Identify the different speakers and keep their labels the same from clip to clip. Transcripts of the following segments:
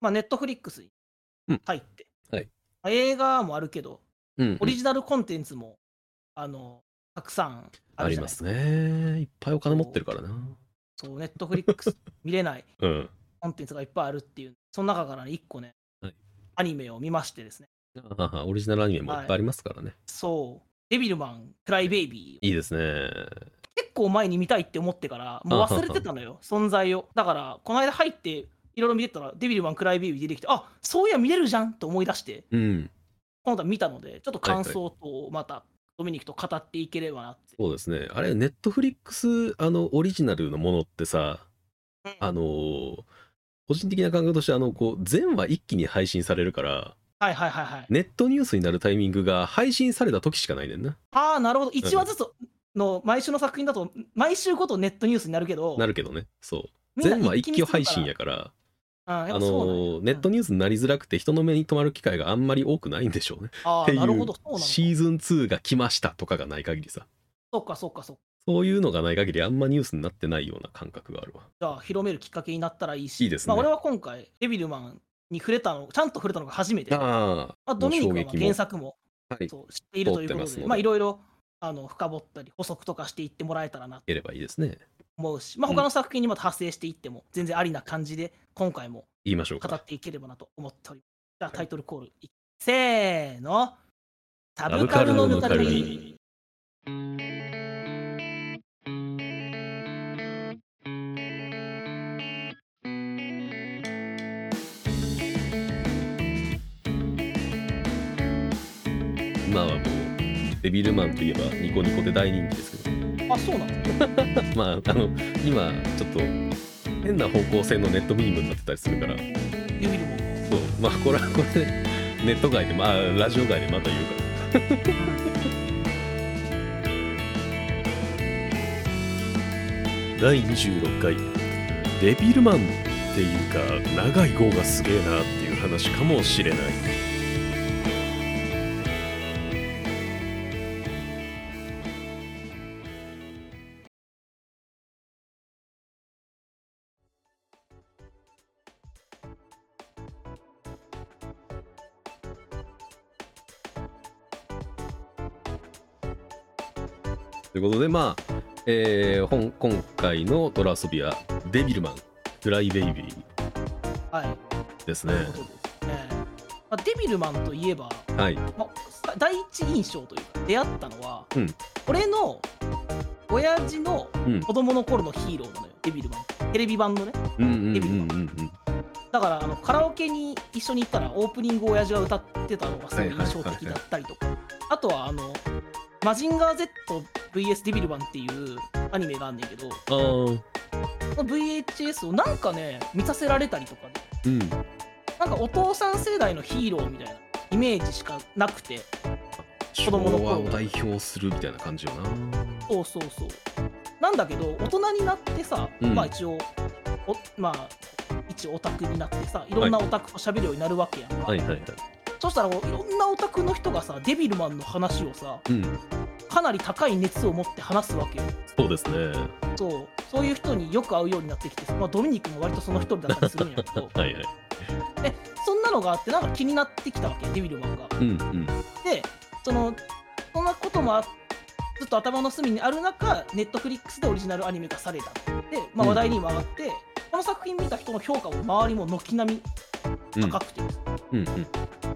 Speaker 1: まあ、ネットフリックスに
Speaker 2: うん
Speaker 1: 入って、
Speaker 2: はい
Speaker 1: まあ映画もあるけど、
Speaker 2: うん
Speaker 1: オリジナルコンテンツも、あの、たくさんあ
Speaker 2: あ
Speaker 1: る
Speaker 2: り
Speaker 1: じゃない
Speaker 2: ま
Speaker 1: です
Speaker 2: す
Speaker 1: か。
Speaker 2: ね。いっぱいお金持ってるからな。
Speaker 1: そう、ネットフリッ クス見れない
Speaker 2: うん。
Speaker 1: コンテンツがいっぱいあるっていう、その中からね、1個ね、
Speaker 2: はい
Speaker 1: アニメを見ましてですね、
Speaker 2: あはは オリジナルアニメもいっぱいありますからね。
Speaker 1: そう、デビルマン、クライベイビー、
Speaker 2: い、いですね。
Speaker 1: 結構前に見たいって思ってから、もう忘れてたのよ、存在を。だから、この間入って、いろいろ見てたら、デビルマン、クライベイビー出てきて、あそういや見れるじゃんと思い出して、
Speaker 2: うん。
Speaker 1: 今度は見たので、ちょっと
Speaker 2: は
Speaker 1: 感
Speaker 2: いはい
Speaker 1: 想と、また、ドミニクと語っていければなって。
Speaker 2: そうですね。あれ、ネットフリックス、あの、オリジナルのものってさ、
Speaker 1: うん
Speaker 2: あのー個人的な感覚として、あの、こう、全話一気に配信されるから、
Speaker 1: はいはいはいはい。
Speaker 2: ネットニュースになるタイミングが配信された時しかないねんな。
Speaker 1: ああ、なるほど。1話ずつの毎週の作品だと、毎週ごとネットニュースになるけど、
Speaker 2: なるけどね。そう。
Speaker 1: みんな
Speaker 2: 全話
Speaker 1: 一気
Speaker 2: 一
Speaker 1: 見
Speaker 2: 挙
Speaker 1: するから
Speaker 2: 配信やから、
Speaker 1: あ
Speaker 2: あのーネット
Speaker 1: に
Speaker 2: ニュースになりづらくて、人の目に留まる機会があんまり多くないんでしょうね。
Speaker 1: あ
Speaker 2: っ
Speaker 1: ー
Speaker 2: てい
Speaker 1: なるほど、
Speaker 2: う
Speaker 1: そうなのか。
Speaker 2: シーズン2が来ましたとかがない限りさ
Speaker 1: そっかそっかそっか。
Speaker 2: そういうのがない限りあんまニュースになってないような感覚があるわ
Speaker 1: じゃあ、広めるきっかけになったらいいし、
Speaker 2: いいですね
Speaker 1: まあ、俺は今回、デビルマンに触れたの、ちゃんと触れたのが初めて。ま
Speaker 2: あ
Speaker 1: あ、ドミニクはまあ
Speaker 2: 衝撃も
Speaker 1: 原作も
Speaker 2: はい
Speaker 1: そう知っているというこ
Speaker 2: 持ってま
Speaker 1: と
Speaker 2: すの
Speaker 1: で、
Speaker 2: で
Speaker 1: まあ、いろいろあの深掘ったり、補足とかしていってもらえたらなと
Speaker 2: ければいいですね
Speaker 1: 思うし、まあ、
Speaker 2: うん
Speaker 1: 他の作品にまた派生していっても、全然ありな感じで、今回も
Speaker 2: 言いましょう
Speaker 1: 語
Speaker 2: か
Speaker 1: っていければなと思っております。じゃあ、タイトルコールい、せーの、サ
Speaker 2: ラ
Speaker 1: ブカルのぬかるみ。
Speaker 2: 今はもうデビルマンといえばニコニコで大人気ですけど
Speaker 1: あ、そうなの
Speaker 2: まああの今ちょっと変な方向性のネットミームになってたりするからそう
Speaker 1: デビルマン。
Speaker 2: まあこれはこれでネット外でまあラジオ外でまた言うから第26回デビルマンっていうか長い号がすげえなっていう話かもしれないということでまあ、えー本今回の「ドラ遊び」は「デビルマン」「フライベイビー
Speaker 1: はい。」
Speaker 2: ですね
Speaker 1: ということですね。まあ、デビルマンといえば、
Speaker 2: はい
Speaker 1: まあさ第一印象というか出会ったのは、
Speaker 2: うん
Speaker 1: 俺の親父の
Speaker 2: うん
Speaker 1: 子供の頃のヒーローなのよ、デビルマン。テレビ版のね。
Speaker 2: うんうんうんうん
Speaker 1: だからあのカラオケに一緒に行ったらオープニングを親父が歌ってたのがすごい
Speaker 2: はいはいはいはい
Speaker 1: 印象的だったりとか、あとはあの「マジンガー ZVS デビルマン」っていうアニメがあんねんけど
Speaker 2: あー
Speaker 1: その VHS をなんかね見させられたりとかね
Speaker 2: うん
Speaker 1: なんかお父さん世代のヒーローみたいなイメージしかなくて
Speaker 2: 昭
Speaker 1: 供の頃
Speaker 2: 和を代表するみたいな感じよな
Speaker 1: そうそうそうなんだけど大人になってさ、
Speaker 2: うん
Speaker 1: まあ一応おまあ一オタクになってさいろんなオタクと喋るようになるわけやんか、
Speaker 2: はいはいはい
Speaker 1: そしたらこういろんなオタクの人がさデビルマンの話をさ
Speaker 2: うん
Speaker 1: かなり高い熱を持って話すわけよ
Speaker 2: そうですね
Speaker 1: そうそういう人によく会うようになってきて、まあ、ドミニクも割とその一人だったりするんやけど
Speaker 2: はいはい
Speaker 1: でそんなのがあってなんか気になってきたわけデビルマンが
Speaker 2: うんうん
Speaker 1: でそのそんなこともあずっと頭の隅にある中ネットフリックスでオリジナルアニメ化されたで、まあ、
Speaker 2: うん
Speaker 1: 話題にも上がって、この作品見た人の評価も周りも軒並み高くて、も
Speaker 2: うんうん
Speaker 1: う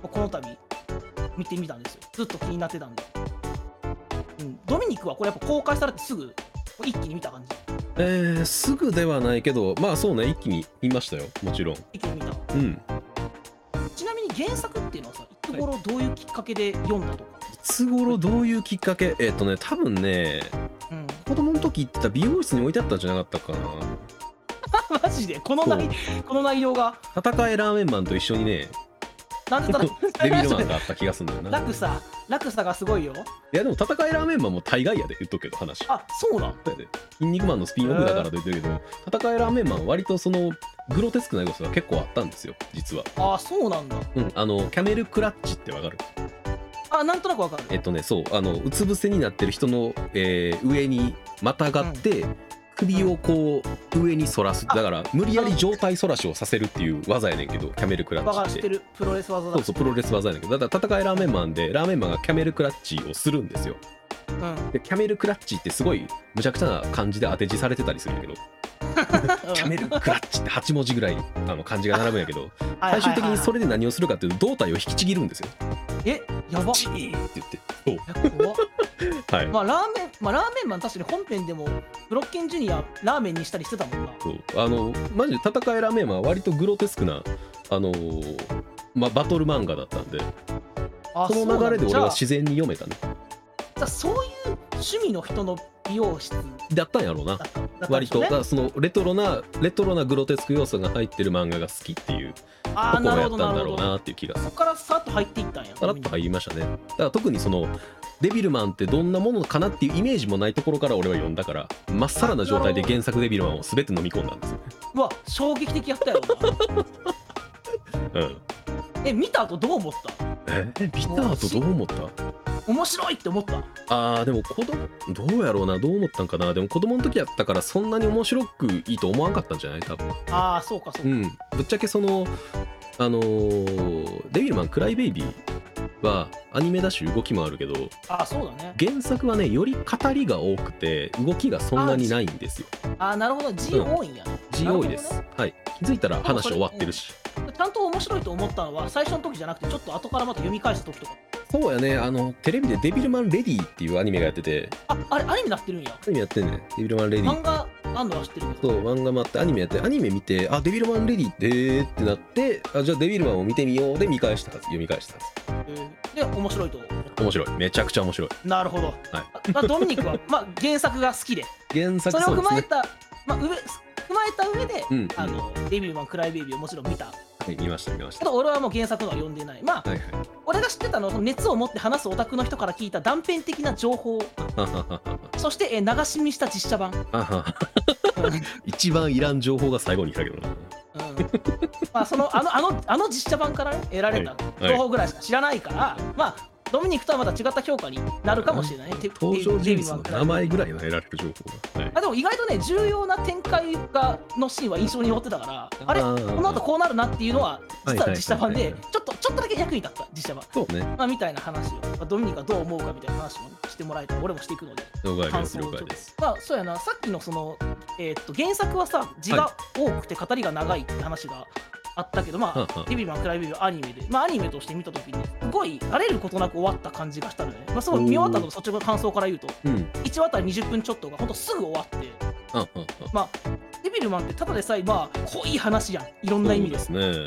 Speaker 1: この度見てみたんですよずっと気になってたんで、うん、ドミニクはこれやっぱ公開されてすぐ一気に見た感じ
Speaker 2: えー、すぐではないけどまあそうね一気に見ましたよもちろん
Speaker 1: 一気に見た
Speaker 2: うん
Speaker 1: ちなみに原作っていうのはさいつ頃どういうきっかけで読んだとか、
Speaker 2: いつ頃どういうきっかけえっ、とね多分ね
Speaker 1: うん、
Speaker 2: 子供の時行ってた美容室に置いてあったんじゃなかったかな
Speaker 1: マジでこの内この内容が
Speaker 2: 戦えラーメンマンと一緒に ね
Speaker 1: なんでだろう
Speaker 2: デビル マンがあった気がするんだよな
Speaker 1: 楽さ楽さがすごいよ
Speaker 2: いやでも戦えラーメンマンも大概やで言っとくけど話
Speaker 1: あそうなん
Speaker 2: だよね筋肉マンのスピンオフだからと言ってるけど戦えラーメンマンは割とそのグロテスクな要素が結構あったんですよ実は
Speaker 1: あそうなんだ
Speaker 2: うんあのキャメルクラッチってわかる
Speaker 1: あなんとなくわかる
Speaker 2: えっとねそうあのうつ伏せになってる人の、えー上にまたがって、首をこう上に反らすだから無理やり上体反らしをさせるっていう技やねんけどキャメルクラ
Speaker 1: バカ
Speaker 2: ッ
Speaker 1: し
Speaker 2: チって
Speaker 1: てるプロレス技だ
Speaker 2: そうそうプロレス技やねんけどだから戦いラーメンマンでラーメンマンがキャメルクラッチをするんですよ
Speaker 1: うんうん
Speaker 2: でキャメルクラッチってすごいむちゃくちゃな感じで当て字されてたりするんやけどキャメルクラッチって8文字ぐらいあの漢字が並ぶんやけ ど
Speaker 1: はいはいはいはい
Speaker 2: 最終的にそれで何をするかっていうと胴体を引きちぎるんですよ
Speaker 1: えやば
Speaker 2: チーンって言ってそう
Speaker 1: え怖っ
Speaker 2: はい
Speaker 1: まあラーメンまあラーメンマン確かに本編でもブロッケンジュニアラーメンにしたりしてたもんな
Speaker 2: そうあのマジで戦いラーメンは割とグロテスクなあのーまあ、バトル漫画だったんで
Speaker 1: あ
Speaker 2: その流れ
Speaker 1: そ
Speaker 2: で
Speaker 1: う
Speaker 2: 俺
Speaker 1: なん
Speaker 2: は
Speaker 1: だじ
Speaker 2: 自然に読めたね
Speaker 1: ゃあじゃあそういう趣味の人の美容室だ
Speaker 2: だったんやろうな
Speaker 1: っただったんで
Speaker 2: 割
Speaker 1: しょ
Speaker 2: と
Speaker 1: う
Speaker 2: だ
Speaker 1: ね
Speaker 2: からそのレトロなレトロなグロテスク要素が入ってる漫画が好きっていうと
Speaker 1: あ
Speaker 2: こ
Speaker 1: あ
Speaker 2: ろ
Speaker 1: な
Speaker 2: を
Speaker 1: る
Speaker 2: や
Speaker 1: ほど
Speaker 2: っ
Speaker 1: な
Speaker 2: た
Speaker 1: んる
Speaker 2: だ
Speaker 1: ほ
Speaker 2: ろう
Speaker 1: ど
Speaker 2: なっていう気がす
Speaker 1: そ
Speaker 2: る
Speaker 1: こからさっと入っていったんや
Speaker 2: さらっと入りましたねだから特にそのデビルマンってどんなものかなっていうイメージもないところから俺は読んだからまっさらな状態で原作デビルマンを全て飲み込んだんですよ、
Speaker 1: うわ衝撃的やったよな
Speaker 2: うん、
Speaker 1: え見た後どう思った
Speaker 2: えビターとどう思った
Speaker 1: 面白いって思った
Speaker 2: あーでも子供どうやろうなどう思ったんかなでも子供の時やったからそんなに面白くいいと思わんかったんじゃない多分
Speaker 1: ああそうかそう
Speaker 2: う
Speaker 1: か、
Speaker 2: んぶっちゃけそのあのーデビルマンクライベイビーはアニメだし動きもあるけど
Speaker 1: ああそうだね
Speaker 2: 原作はねより語りが多くて動きがそんなにないんですよ
Speaker 1: ああなるほど G
Speaker 2: うん
Speaker 1: 多いんや、
Speaker 2: 字
Speaker 1: なるほ
Speaker 2: 多
Speaker 1: ど
Speaker 2: い
Speaker 1: ね
Speaker 2: です、はい気づいたら話終わってるし
Speaker 1: ちゃんと面白いと思ったのは最初の時じゃなくてちょっと後からまた読み返した時とか
Speaker 2: そうやねあのテレビで「デビルマンレディ」っていうアニメがやってて
Speaker 1: ああれアニメになってるんや
Speaker 2: アニメやってんねデビルマンレディ
Speaker 1: 漫画あんのは知ってるけ
Speaker 2: そ
Speaker 1: ど
Speaker 2: う漫画もあってアニメやってアニメ見てあデビルマンレディってえーってなってあじゃあデビルマンを見てみようで見返したはず読み返したはず
Speaker 1: えーで面白いと思う
Speaker 2: 面白いめちゃくちゃ面白い
Speaker 1: なるほど、まあ、ドミニクは、まあ、原作が好きで
Speaker 2: 原
Speaker 1: そ
Speaker 2: 作
Speaker 1: れを
Speaker 2: そう
Speaker 1: 踏まえ
Speaker 2: ですね
Speaker 1: た、まあ、上踏まえた上で、
Speaker 2: うんうん
Speaker 1: あのデビルマンクライベイビーをもちろん見た
Speaker 2: はい見ました見まし
Speaker 1: け
Speaker 2: た
Speaker 1: ど俺はもう原作のは読んでないまあ
Speaker 2: はいはい
Speaker 1: 俺が知ってたのはその熱を持って話すオタクの人から聞いた断片的な情報
Speaker 2: はははは
Speaker 1: そして、えー流し見した実写版、うん
Speaker 2: ははは
Speaker 1: うん
Speaker 2: 一番いらん情報が最後に来たけどな
Speaker 1: まあ、そのあのあのあの実写版からね、得られた
Speaker 2: い
Speaker 1: 情報ぐらいしか知らないから、まあドミニクとはまた違った評価になるかもしれないね。て
Speaker 2: 登場人物の名前ぐら
Speaker 1: デ
Speaker 2: い
Speaker 1: ビルマンクライベイビー
Speaker 2: の得られる情報が、はい
Speaker 1: あでも意外とね重要な展開がのシーンは印象に残ってたからあれ
Speaker 2: あ
Speaker 1: こ
Speaker 2: ー
Speaker 1: の後こうなるなっていうのは実
Speaker 2: はいはいはいは
Speaker 1: はい実写版でちょっとちょっとだけ役に立った実写版、
Speaker 2: そうね
Speaker 1: まあ、みたいな話を、まあ、ドミニクがどう思うかみたいな話もしてもらえたら俺もしていくので
Speaker 2: 了解で
Speaker 1: 感
Speaker 2: す
Speaker 1: 想を
Speaker 2: 了
Speaker 1: ちょ
Speaker 2: 解
Speaker 1: っと
Speaker 2: です
Speaker 1: まあそうやなさっきのその、えーっと原作はさ字が多くて語りが長いって話があったけど、
Speaker 2: は
Speaker 1: ま
Speaker 2: んは
Speaker 1: あ「
Speaker 2: ん
Speaker 1: デビルマンクライビビー」アニメでまあアニメとして見た時にすごい慣れることなく終わった感じがしたのよね、まあ、その見終わった後の率直な感想から言うと
Speaker 2: うんうん
Speaker 1: 1話あたり20分ちょっとがほんとすぐ終わって
Speaker 2: うんうん
Speaker 1: まあデビルマンってただでさえまあ濃い話やんいろん
Speaker 2: そ
Speaker 1: な意
Speaker 2: う
Speaker 1: 味
Speaker 2: で
Speaker 1: です
Speaker 2: ね
Speaker 1: うん、で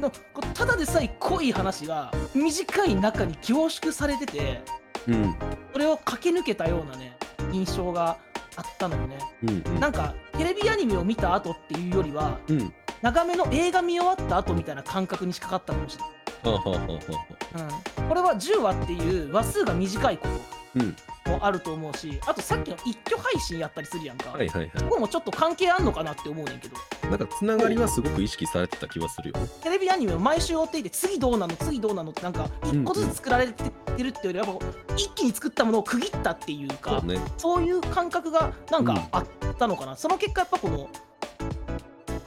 Speaker 1: もこうただでさえ濃い話が短い中に凝縮されてて
Speaker 2: うんうん
Speaker 1: それを駆け抜けたようなね印象があったのよね
Speaker 2: うん
Speaker 1: なんかテレビアニメを見た後っていうよりは
Speaker 2: うん
Speaker 1: 長めの映画見終わった後みたいな感覚にしかかったかもしれ
Speaker 2: はははは
Speaker 1: ない、うん、これは10話っていう話数が短いこ
Speaker 2: うん
Speaker 1: ともあると思うしあとさっきの一挙配信やったりするやんか、
Speaker 2: はいはいはい
Speaker 1: そこもちょっと関係あんのかなって思うねんけど
Speaker 2: なんかつながりはすごく意識されてた気はするよね。
Speaker 1: テレビアニメを毎週追っていて次どうなの次どうなのってなんか一個ずつ作られてってるっていうよりはやっぱ一気に作ったものを区切ったっていうか
Speaker 2: そうね。
Speaker 1: そういう感覚がなんかあったのかな、その結果やっぱこの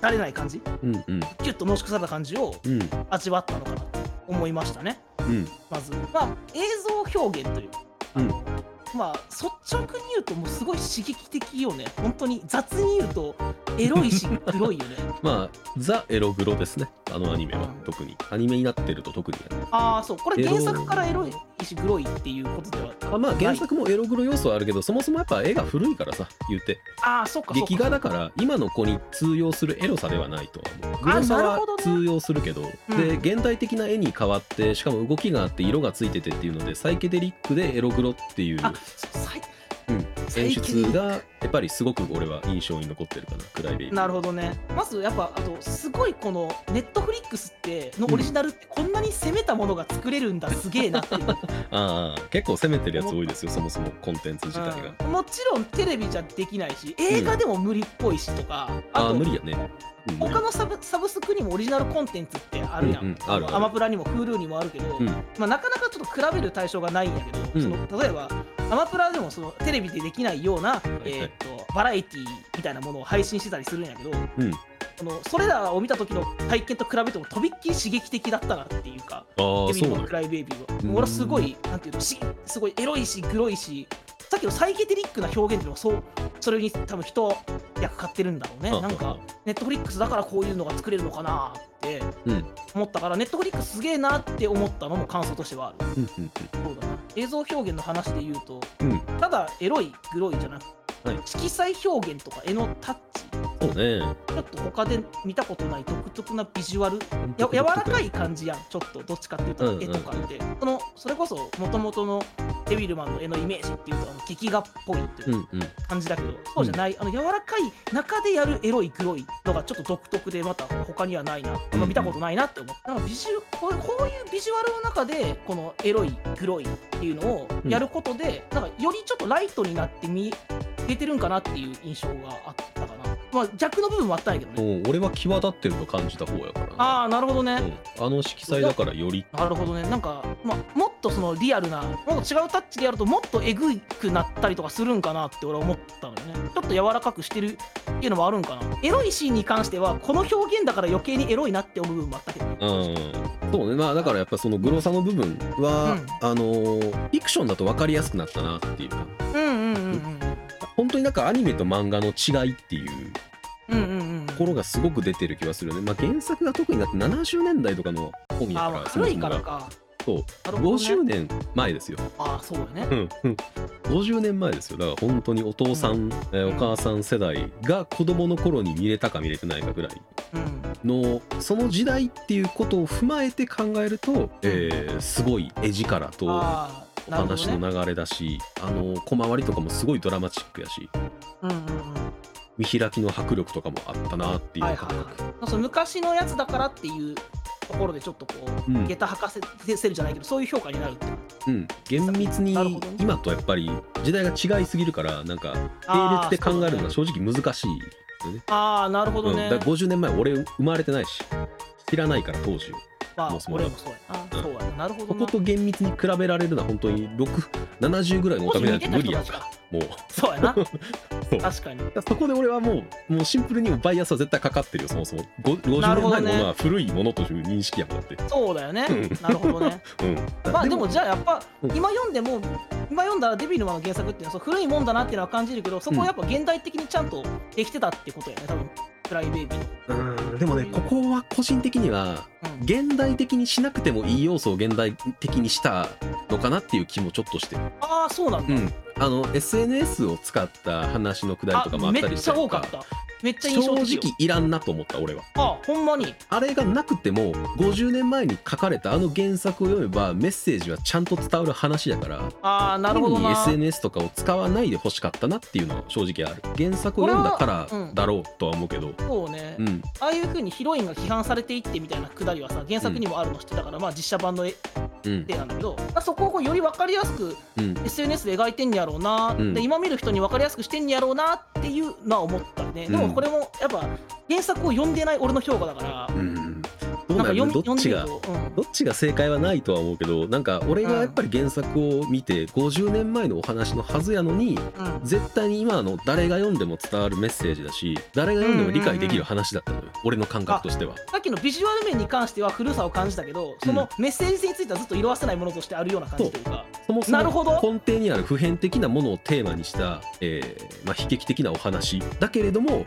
Speaker 1: 慣れない感じ
Speaker 2: うんうん
Speaker 1: キュッと濃縮された感じを
Speaker 2: うん
Speaker 1: 味わったのかなと思いましたね
Speaker 2: うん
Speaker 1: まず、まあ、映像表現というか、
Speaker 2: うん
Speaker 1: あのまあ率直に言うともうすごい刺激的よね本当に雑に言うとエロいし黒 いよね
Speaker 2: まあザ・エログロですねあのアニメは特にアニメになってると特にやね
Speaker 1: ああそうこれ
Speaker 2: エロ
Speaker 1: 原作からエロいし黒いっていうことでは
Speaker 2: あまあ原作もエログロ要素はあるけどそもそもやっぱ絵が古いからさ言うて
Speaker 1: ああそっかそっか
Speaker 2: 劇画だから今の子に通用するエロさではないとは思うグロさ
Speaker 1: あなる
Speaker 2: は
Speaker 1: ほどね
Speaker 2: 通用するけどで
Speaker 1: うん
Speaker 2: 現代的な絵に変わってしかも動きがあって色がついててっていうのでサイケデリックでエログロっていう
Speaker 1: あそう最
Speaker 2: うん
Speaker 1: サ
Speaker 2: 演
Speaker 1: イケデリッ
Speaker 2: 出
Speaker 1: ク
Speaker 2: がやっぱりすごく俺は印象に残ってるかなクライベイビー
Speaker 1: なるほどねまずやっぱあとすごいこのネットフリックスってのオリジナルってこんなに攻めたものが作れるんだすげえなって いう
Speaker 2: ああ結構攻めてるやつ多いですよそもそもコンテンツ自体が、
Speaker 1: うんもちろんテレビじゃできないし映画でも無理っぽいしとか、
Speaker 2: あ
Speaker 1: と
Speaker 2: あ無理やね、うん、
Speaker 1: 他のサブサブスクにもオリジナルコンテンツってあるやん、
Speaker 2: うんうんあるある
Speaker 1: アマプラにも Hulu にもあるけど、
Speaker 2: うん
Speaker 1: まあ、なかなかちょっと比べる対象がないんやけど、
Speaker 2: うん
Speaker 1: その例えばアマプラでもそのテレビでできないような、
Speaker 2: いはい
Speaker 1: えーっとバラエティみたいなものを配信してたりするんやけど、
Speaker 2: うん
Speaker 1: そのそれらを見た時の体験と比べてもとびっきり刺激的だったなっていうか
Speaker 2: ああ
Speaker 1: デビ
Speaker 2: そ
Speaker 1: ル
Speaker 2: う
Speaker 1: マ
Speaker 2: な
Speaker 1: ン
Speaker 2: ん
Speaker 1: ク
Speaker 2: や
Speaker 1: ライベイビー
Speaker 2: うん
Speaker 1: は俺はすごいなんていうのしすごいエロいしグロいしさっきのサイケデリックな表現っていうのはそうそれに多分人役買ってるんだろうね
Speaker 2: あ
Speaker 1: なんかネットフリックスだからこういうのが作れるのかなって
Speaker 2: うん
Speaker 1: 思ったからネットフリックスすげえなって思ったのも感想としてはある
Speaker 2: うんうん
Speaker 1: そうだな映像表現の話で言うと
Speaker 2: うんうん
Speaker 1: ただエロいグロいじゃなくて、
Speaker 2: はい
Speaker 1: 色彩表現とか絵のタッチ
Speaker 2: そうね
Speaker 1: ちょっと他で見たことない独特なビジュアルや柔らかい感じやんちょっとどっちかっていう
Speaker 2: うんうん
Speaker 1: と
Speaker 2: うん
Speaker 1: 絵とかって、そのそれこそ元々のデビルマンの絵のイメージっていうとあの劇画っぽいって
Speaker 2: う
Speaker 1: い
Speaker 2: ん
Speaker 1: う
Speaker 2: うん
Speaker 1: 感じだけど、そうじゃないあの柔らかい中でやるエロい黒いのがちょっと独特でまた他にはないな、あんま見たことないなって思ったなんかビジュこうこういうビジュアルの中でこのエロい黒いっていうのをやることで、なんかよりちょっとライトになって見えてるんかなっていう印象があったかな、まあ、逆の部分もあったんやけどね、
Speaker 2: うん俺は際立ってると感じた方やから
Speaker 1: ああなるほどね、
Speaker 2: うんあの色彩だからより
Speaker 1: なるほどね、なんか、まあ、もっとそのリアルな、もっと違うタッチでやると、もっとえぐくなったりとかするんかなって俺は思ったのよね。ちょっと柔らかくしてるっていうのもあるんかな。エロいシーンに関しては、この表現だから余計にエロいなって思う部分もあったけど、ね
Speaker 2: うん、そうねまあだからやっぱそのグロさの部分は、あのーフィクションだと分かりやすくなったなっていうか
Speaker 1: うんうんうんうん。
Speaker 2: 本当になんかアニメと漫画の違いっていう
Speaker 1: うんうんうん
Speaker 2: ところがすごく出てる気がするよね、まあ、原作が特になって70年代とかの本や
Speaker 1: あ
Speaker 2: から
Speaker 1: ー、
Speaker 2: そ
Speaker 1: 古
Speaker 2: もそ
Speaker 1: い
Speaker 2: も
Speaker 1: から
Speaker 2: が
Speaker 1: か。
Speaker 2: そう
Speaker 1: なるほどね
Speaker 2: 50年前ですよ、
Speaker 1: ああ、そうだね
Speaker 2: う。んうん、50年前ですよだから本当にお父さん、えーお母さん世代が子供の頃に見れたか見れてないかぐらい
Speaker 1: うん。
Speaker 2: のその時代っていうことを踏まえて考えると、えーすごい絵力と
Speaker 1: ああ、
Speaker 2: お
Speaker 1: なるほ
Speaker 2: 話
Speaker 1: どね。
Speaker 2: の流れだし、あの小回りとかもすごいドラマチックやし
Speaker 1: うんうんうん。
Speaker 2: 見開きの迫力とかもあったなっていう
Speaker 1: は
Speaker 2: 感
Speaker 1: い
Speaker 2: 覚、
Speaker 1: はいはい、その昔のやつだからっていうところでちょっとこう、
Speaker 2: うん
Speaker 1: 下駄吐かせせるじゃないけどそういう評価になるっていう
Speaker 2: うん、厳密に
Speaker 1: なるほどね
Speaker 2: 今とやっぱり時代が違いすぎるからなんか
Speaker 1: あ
Speaker 2: 並
Speaker 1: ー
Speaker 2: 列で考えるのは
Speaker 1: そう
Speaker 2: 正直難しいよね。
Speaker 1: だねあーなるほ
Speaker 2: う
Speaker 1: ど
Speaker 2: ん、
Speaker 1: ね、
Speaker 2: だから50年前俺生まれてないし知らないから当時
Speaker 1: まあ、
Speaker 2: もうそうだ
Speaker 1: 俺もそうやな。そうやな。なるほ
Speaker 2: そ
Speaker 1: どな。
Speaker 2: こと厳密に比べられるのは本当に6 70ぐらいのお
Speaker 1: 当
Speaker 2: た
Speaker 1: 時見
Speaker 2: めな
Speaker 1: て
Speaker 2: んて
Speaker 1: た
Speaker 2: 無理
Speaker 1: 人
Speaker 2: や
Speaker 1: た
Speaker 2: ん
Speaker 1: ち
Speaker 2: か
Speaker 1: か。
Speaker 2: もう
Speaker 1: そうやな。
Speaker 2: そう
Speaker 1: 確かに。
Speaker 2: だからそこで俺はもうもうシンプルにバイアスは絶対かかってるよそもそもご50年前のものは古いものという認識やもんだって、
Speaker 1: そうだよね
Speaker 2: うん。
Speaker 1: なるほど ね。
Speaker 2: うん、
Speaker 1: まあでもじゃあやっぱ
Speaker 2: うん
Speaker 1: 今読んでも今読んだらデビルマンの原作っていうのはそう古いもんだなっていうのは感じるけどそこをやっぱ現代的にちゃんとできてたってことやね多分プライベイビーの。
Speaker 2: うんでもねここは個人的には
Speaker 1: うん
Speaker 2: 現代的にしなくてもいい要素を現代的にしたのかなっていう気もちょっとしてる、
Speaker 1: ああそうなんだ。
Speaker 2: ん、あの SNS を使った話のくだりとかもあ
Speaker 1: あ
Speaker 2: っ
Speaker 1: め
Speaker 2: たり
Speaker 1: っ
Speaker 2: し
Speaker 1: ち
Speaker 2: た
Speaker 1: ゃ
Speaker 2: りと
Speaker 1: 多か
Speaker 2: か
Speaker 1: った。めっちゃ
Speaker 2: 正
Speaker 1: 印象的よ。
Speaker 2: 直いらんなと思った俺は
Speaker 1: あほんまに。
Speaker 2: あれがなくても50年前に書かれたあの原作を読めばメッセージはちゃんと伝わる話だから
Speaker 1: ああなるほど
Speaker 2: 変に
Speaker 1: な。
Speaker 2: SNS とかを使わないでほしかったなっていうのは正直ある原作を読んだか
Speaker 1: これはう
Speaker 2: ら
Speaker 1: ん
Speaker 2: だろうとは思うけど、
Speaker 1: そうね、
Speaker 2: うん、
Speaker 1: ああいう風にヒロインが批判されていってみたいなくだりはさ原作にもあるの知ってたから、まあ実写版の絵
Speaker 2: うん
Speaker 1: でなんだけどまあそこをこうより分かりやすく
Speaker 2: うん、
Speaker 1: SNS で描いてんやろうな、
Speaker 2: うん
Speaker 1: で今見る人に分かりやすくしてんやろうなっていうのは思ったね、で
Speaker 2: う
Speaker 1: も
Speaker 2: ん
Speaker 1: これもやっぱ原作を読んでない俺の評価だから、
Speaker 2: うん、どう
Speaker 1: な
Speaker 2: なんん
Speaker 1: か
Speaker 2: や
Speaker 1: 読
Speaker 2: ろね
Speaker 1: み
Speaker 2: どっ
Speaker 1: 読ん
Speaker 2: ち
Speaker 1: で
Speaker 2: が
Speaker 1: ると、うん
Speaker 2: どっちが正解はないとは思うけどなんか俺がやっぱり原作を見て50年前のお話のはずやのに
Speaker 1: うん
Speaker 2: 絶対に今の誰が読んでも伝わるメッセージだし誰が読んでも理解できる話だったのよ、俺の感覚としては。
Speaker 1: さっきのビジュアル面に関しては古さを感じたけどそのメッセージ性についてはずっと色あせないものとしてあるような感じというか
Speaker 2: そもそ
Speaker 1: なるほど
Speaker 2: も根底にある普遍的なものをテーマにした、えーまあ、悲劇的なお話だけれども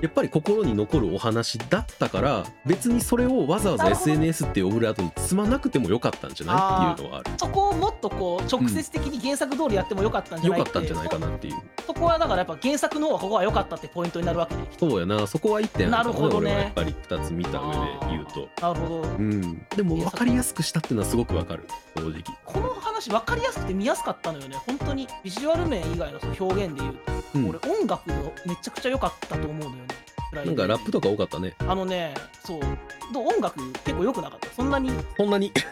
Speaker 2: やっぱり心に残るお話だったから別にそれをわざわざ
Speaker 1: なるほど
Speaker 2: SNS っていうオブラートに積まなくてもよかったんじゃないっていうのはある。
Speaker 1: そこをもっとこう直接的に原作通りやってもよかったんじゃ
Speaker 2: よ
Speaker 1: ない
Speaker 2: か
Speaker 1: っ
Speaker 2: ってたんじゃないかなっていう。
Speaker 1: そそこはだからやっぱ原作の方がここは良かったってポイントになるわけで
Speaker 2: そうやなそこは1点あるか
Speaker 1: な
Speaker 2: も
Speaker 1: るほどね
Speaker 2: 俺はやっぱり2つ見た上で言うと。
Speaker 1: なるほど
Speaker 2: うん、でも分かりやすくしたっていうのはすごく分かる正直
Speaker 1: この話分かりやすくて見やすかったのよね本当にビジュアル面以外のその表現で言うと
Speaker 2: うん
Speaker 1: 俺音楽のめちゃくちゃ良かったと思うのよね。
Speaker 2: なんかラップとか多かったね
Speaker 1: あのね、そう、どう音楽結構良くなかった。そんなに、
Speaker 2: そんなに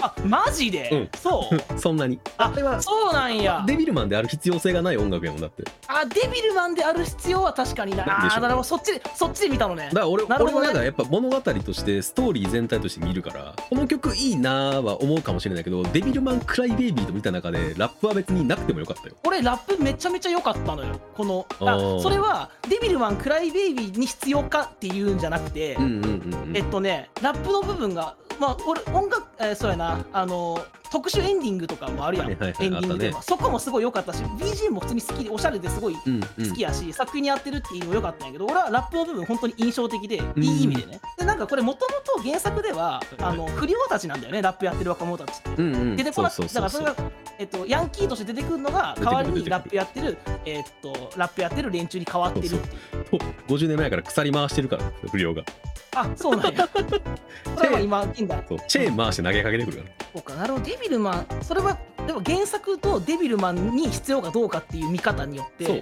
Speaker 1: あマジで、
Speaker 2: うん
Speaker 1: そう、
Speaker 2: そんなに
Speaker 1: あ
Speaker 2: れは
Speaker 1: そうなんや。
Speaker 2: デビルマンである必要性がない音楽やもんだって
Speaker 1: ああーデビルマンである必要は確かにない
Speaker 2: ないでしょ
Speaker 1: あーなるほどそっちでそっちで見たのね
Speaker 2: だから俺,、
Speaker 1: なる
Speaker 2: 俺
Speaker 1: ほど
Speaker 2: は
Speaker 1: ね
Speaker 2: なんかやっぱ物語としてストーリー全体として見るからこの曲いいなーは思うかもしれないけど「デビルマン・クライ・ベイビー」と見た中でラップは別になくてもよかったよ
Speaker 1: 俺ラップめちゃめちゃ良かったのよこの
Speaker 2: あー
Speaker 1: あそれはデビルマンクライベイビーに必要かっていうんじゃなくて、
Speaker 2: うんうんうん
Speaker 1: えっとねラップの部分がまあ俺音楽、えーそうやなあの特殊エンディングとかもあるやん、
Speaker 2: はいはいはい
Speaker 1: エンディングで、
Speaker 2: あ
Speaker 1: そこもすごい良かったし BGM も普通に好きでおしゃれですごい
Speaker 2: うんうんうん
Speaker 1: 好きやし、作品に合ってるっていうのも良かったんやけど俺はラップの部分本当に印象的で
Speaker 2: ん
Speaker 1: いい意味でね、でなんかこれもともと原作では、
Speaker 2: いはい
Speaker 1: あの不良たちなんだよねラップやってる若者たちって。
Speaker 2: うんうん
Speaker 1: 出てこなくだからそれが、えっと、ヤンキーとして出てくるのが
Speaker 2: 出てくる
Speaker 1: 代わり
Speaker 2: 出てく
Speaker 1: に
Speaker 2: る
Speaker 1: ラップやってる、えっとラップやってる連中に変わってるっていう
Speaker 2: そう50年前から鎖回してるから不良が
Speaker 1: あそうなん やそれは今現代
Speaker 2: そうチェーン回して投げかけてくるから
Speaker 1: そうかなるほどデビルマンそれはでも原作とデビルマンに必要かどうかっていう見方によって
Speaker 2: そ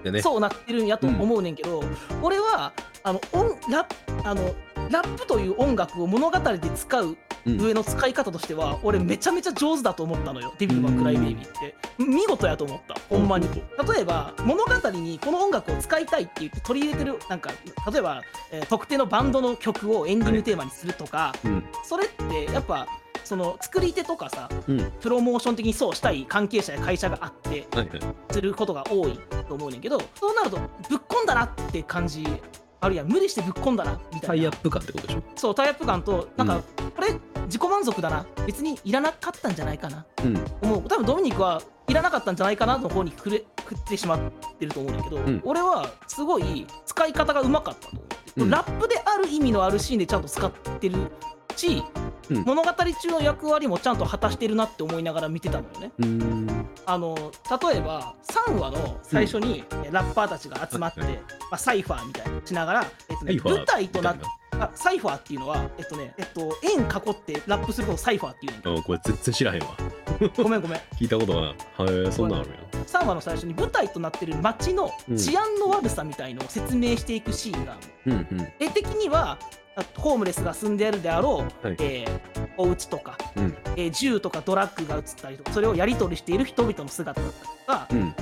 Speaker 2: うでね
Speaker 1: そうなってるんやと思うねんけど、俺はあの音ラップあのラップという音楽を物語で使う
Speaker 2: うん
Speaker 1: 上の使い方としては、俺めちゃめちゃ上手だと思ったのよデビルマン・クライ・ベイビーって見事やと思ったほんまに
Speaker 2: ほん
Speaker 1: 例えば物語にこの音楽を使いたいって言って取り入れてるなんか例えば、えー特定のバンドの曲をエンディングテーマにするとか、
Speaker 2: うん
Speaker 1: それってやっぱその作り手とかさ
Speaker 2: うん
Speaker 1: プロモーション的にそうしたい関係者や会社があって
Speaker 2: はいはい
Speaker 1: することが多いと思うねんけどそうなるとぶっ込んだなって感じあるいは無理してぶっ込んだなみた
Speaker 2: タ
Speaker 1: い
Speaker 2: イ
Speaker 1: な
Speaker 2: アップ感ってことでしょ
Speaker 1: そうタイアップ感となん
Speaker 2: う
Speaker 1: か
Speaker 2: ん
Speaker 1: これ自己満足だな別にいらなかったんじゃないかな
Speaker 2: うん
Speaker 1: 思う多分ドミニクはいらなかったんじゃないかなの方にくれ食ってしまってると思うんだけど、
Speaker 2: ん
Speaker 1: 俺はすごい使い方がうまかったと思って、
Speaker 2: うん
Speaker 1: ラップである意味のあるシーンでちゃんと使ってるし、
Speaker 2: うん
Speaker 1: 物語中の役割もちゃんと果たしてるなって思いながら見てたのよね
Speaker 2: うーん
Speaker 1: あの例えば3話の最初にラッパーたちが集まって、
Speaker 2: はいは
Speaker 1: まあ、サイファーみたいにしながら、えっとね、舞台となっ
Speaker 2: み
Speaker 1: て
Speaker 2: たい
Speaker 1: あサイファーっていうのはえっとねえっと円囲ってラップすることをサイファーっていうねんけ
Speaker 2: なうんこれ全然知らへんわ
Speaker 1: どごめんごめん
Speaker 2: 聞いたことがないへえそんなんあるんや
Speaker 1: 3話の最初に舞台となってる街の治安の悪さみたいのを説明していくシーンが、
Speaker 2: うんうん
Speaker 1: 絵的にはあホームレスが住んであるであろう、
Speaker 2: はい
Speaker 1: えーお家とか、
Speaker 2: うん
Speaker 1: えー銃とかドラッグが映ったりとかそれをやり取りしている人々の姿だったりとか、
Speaker 2: うん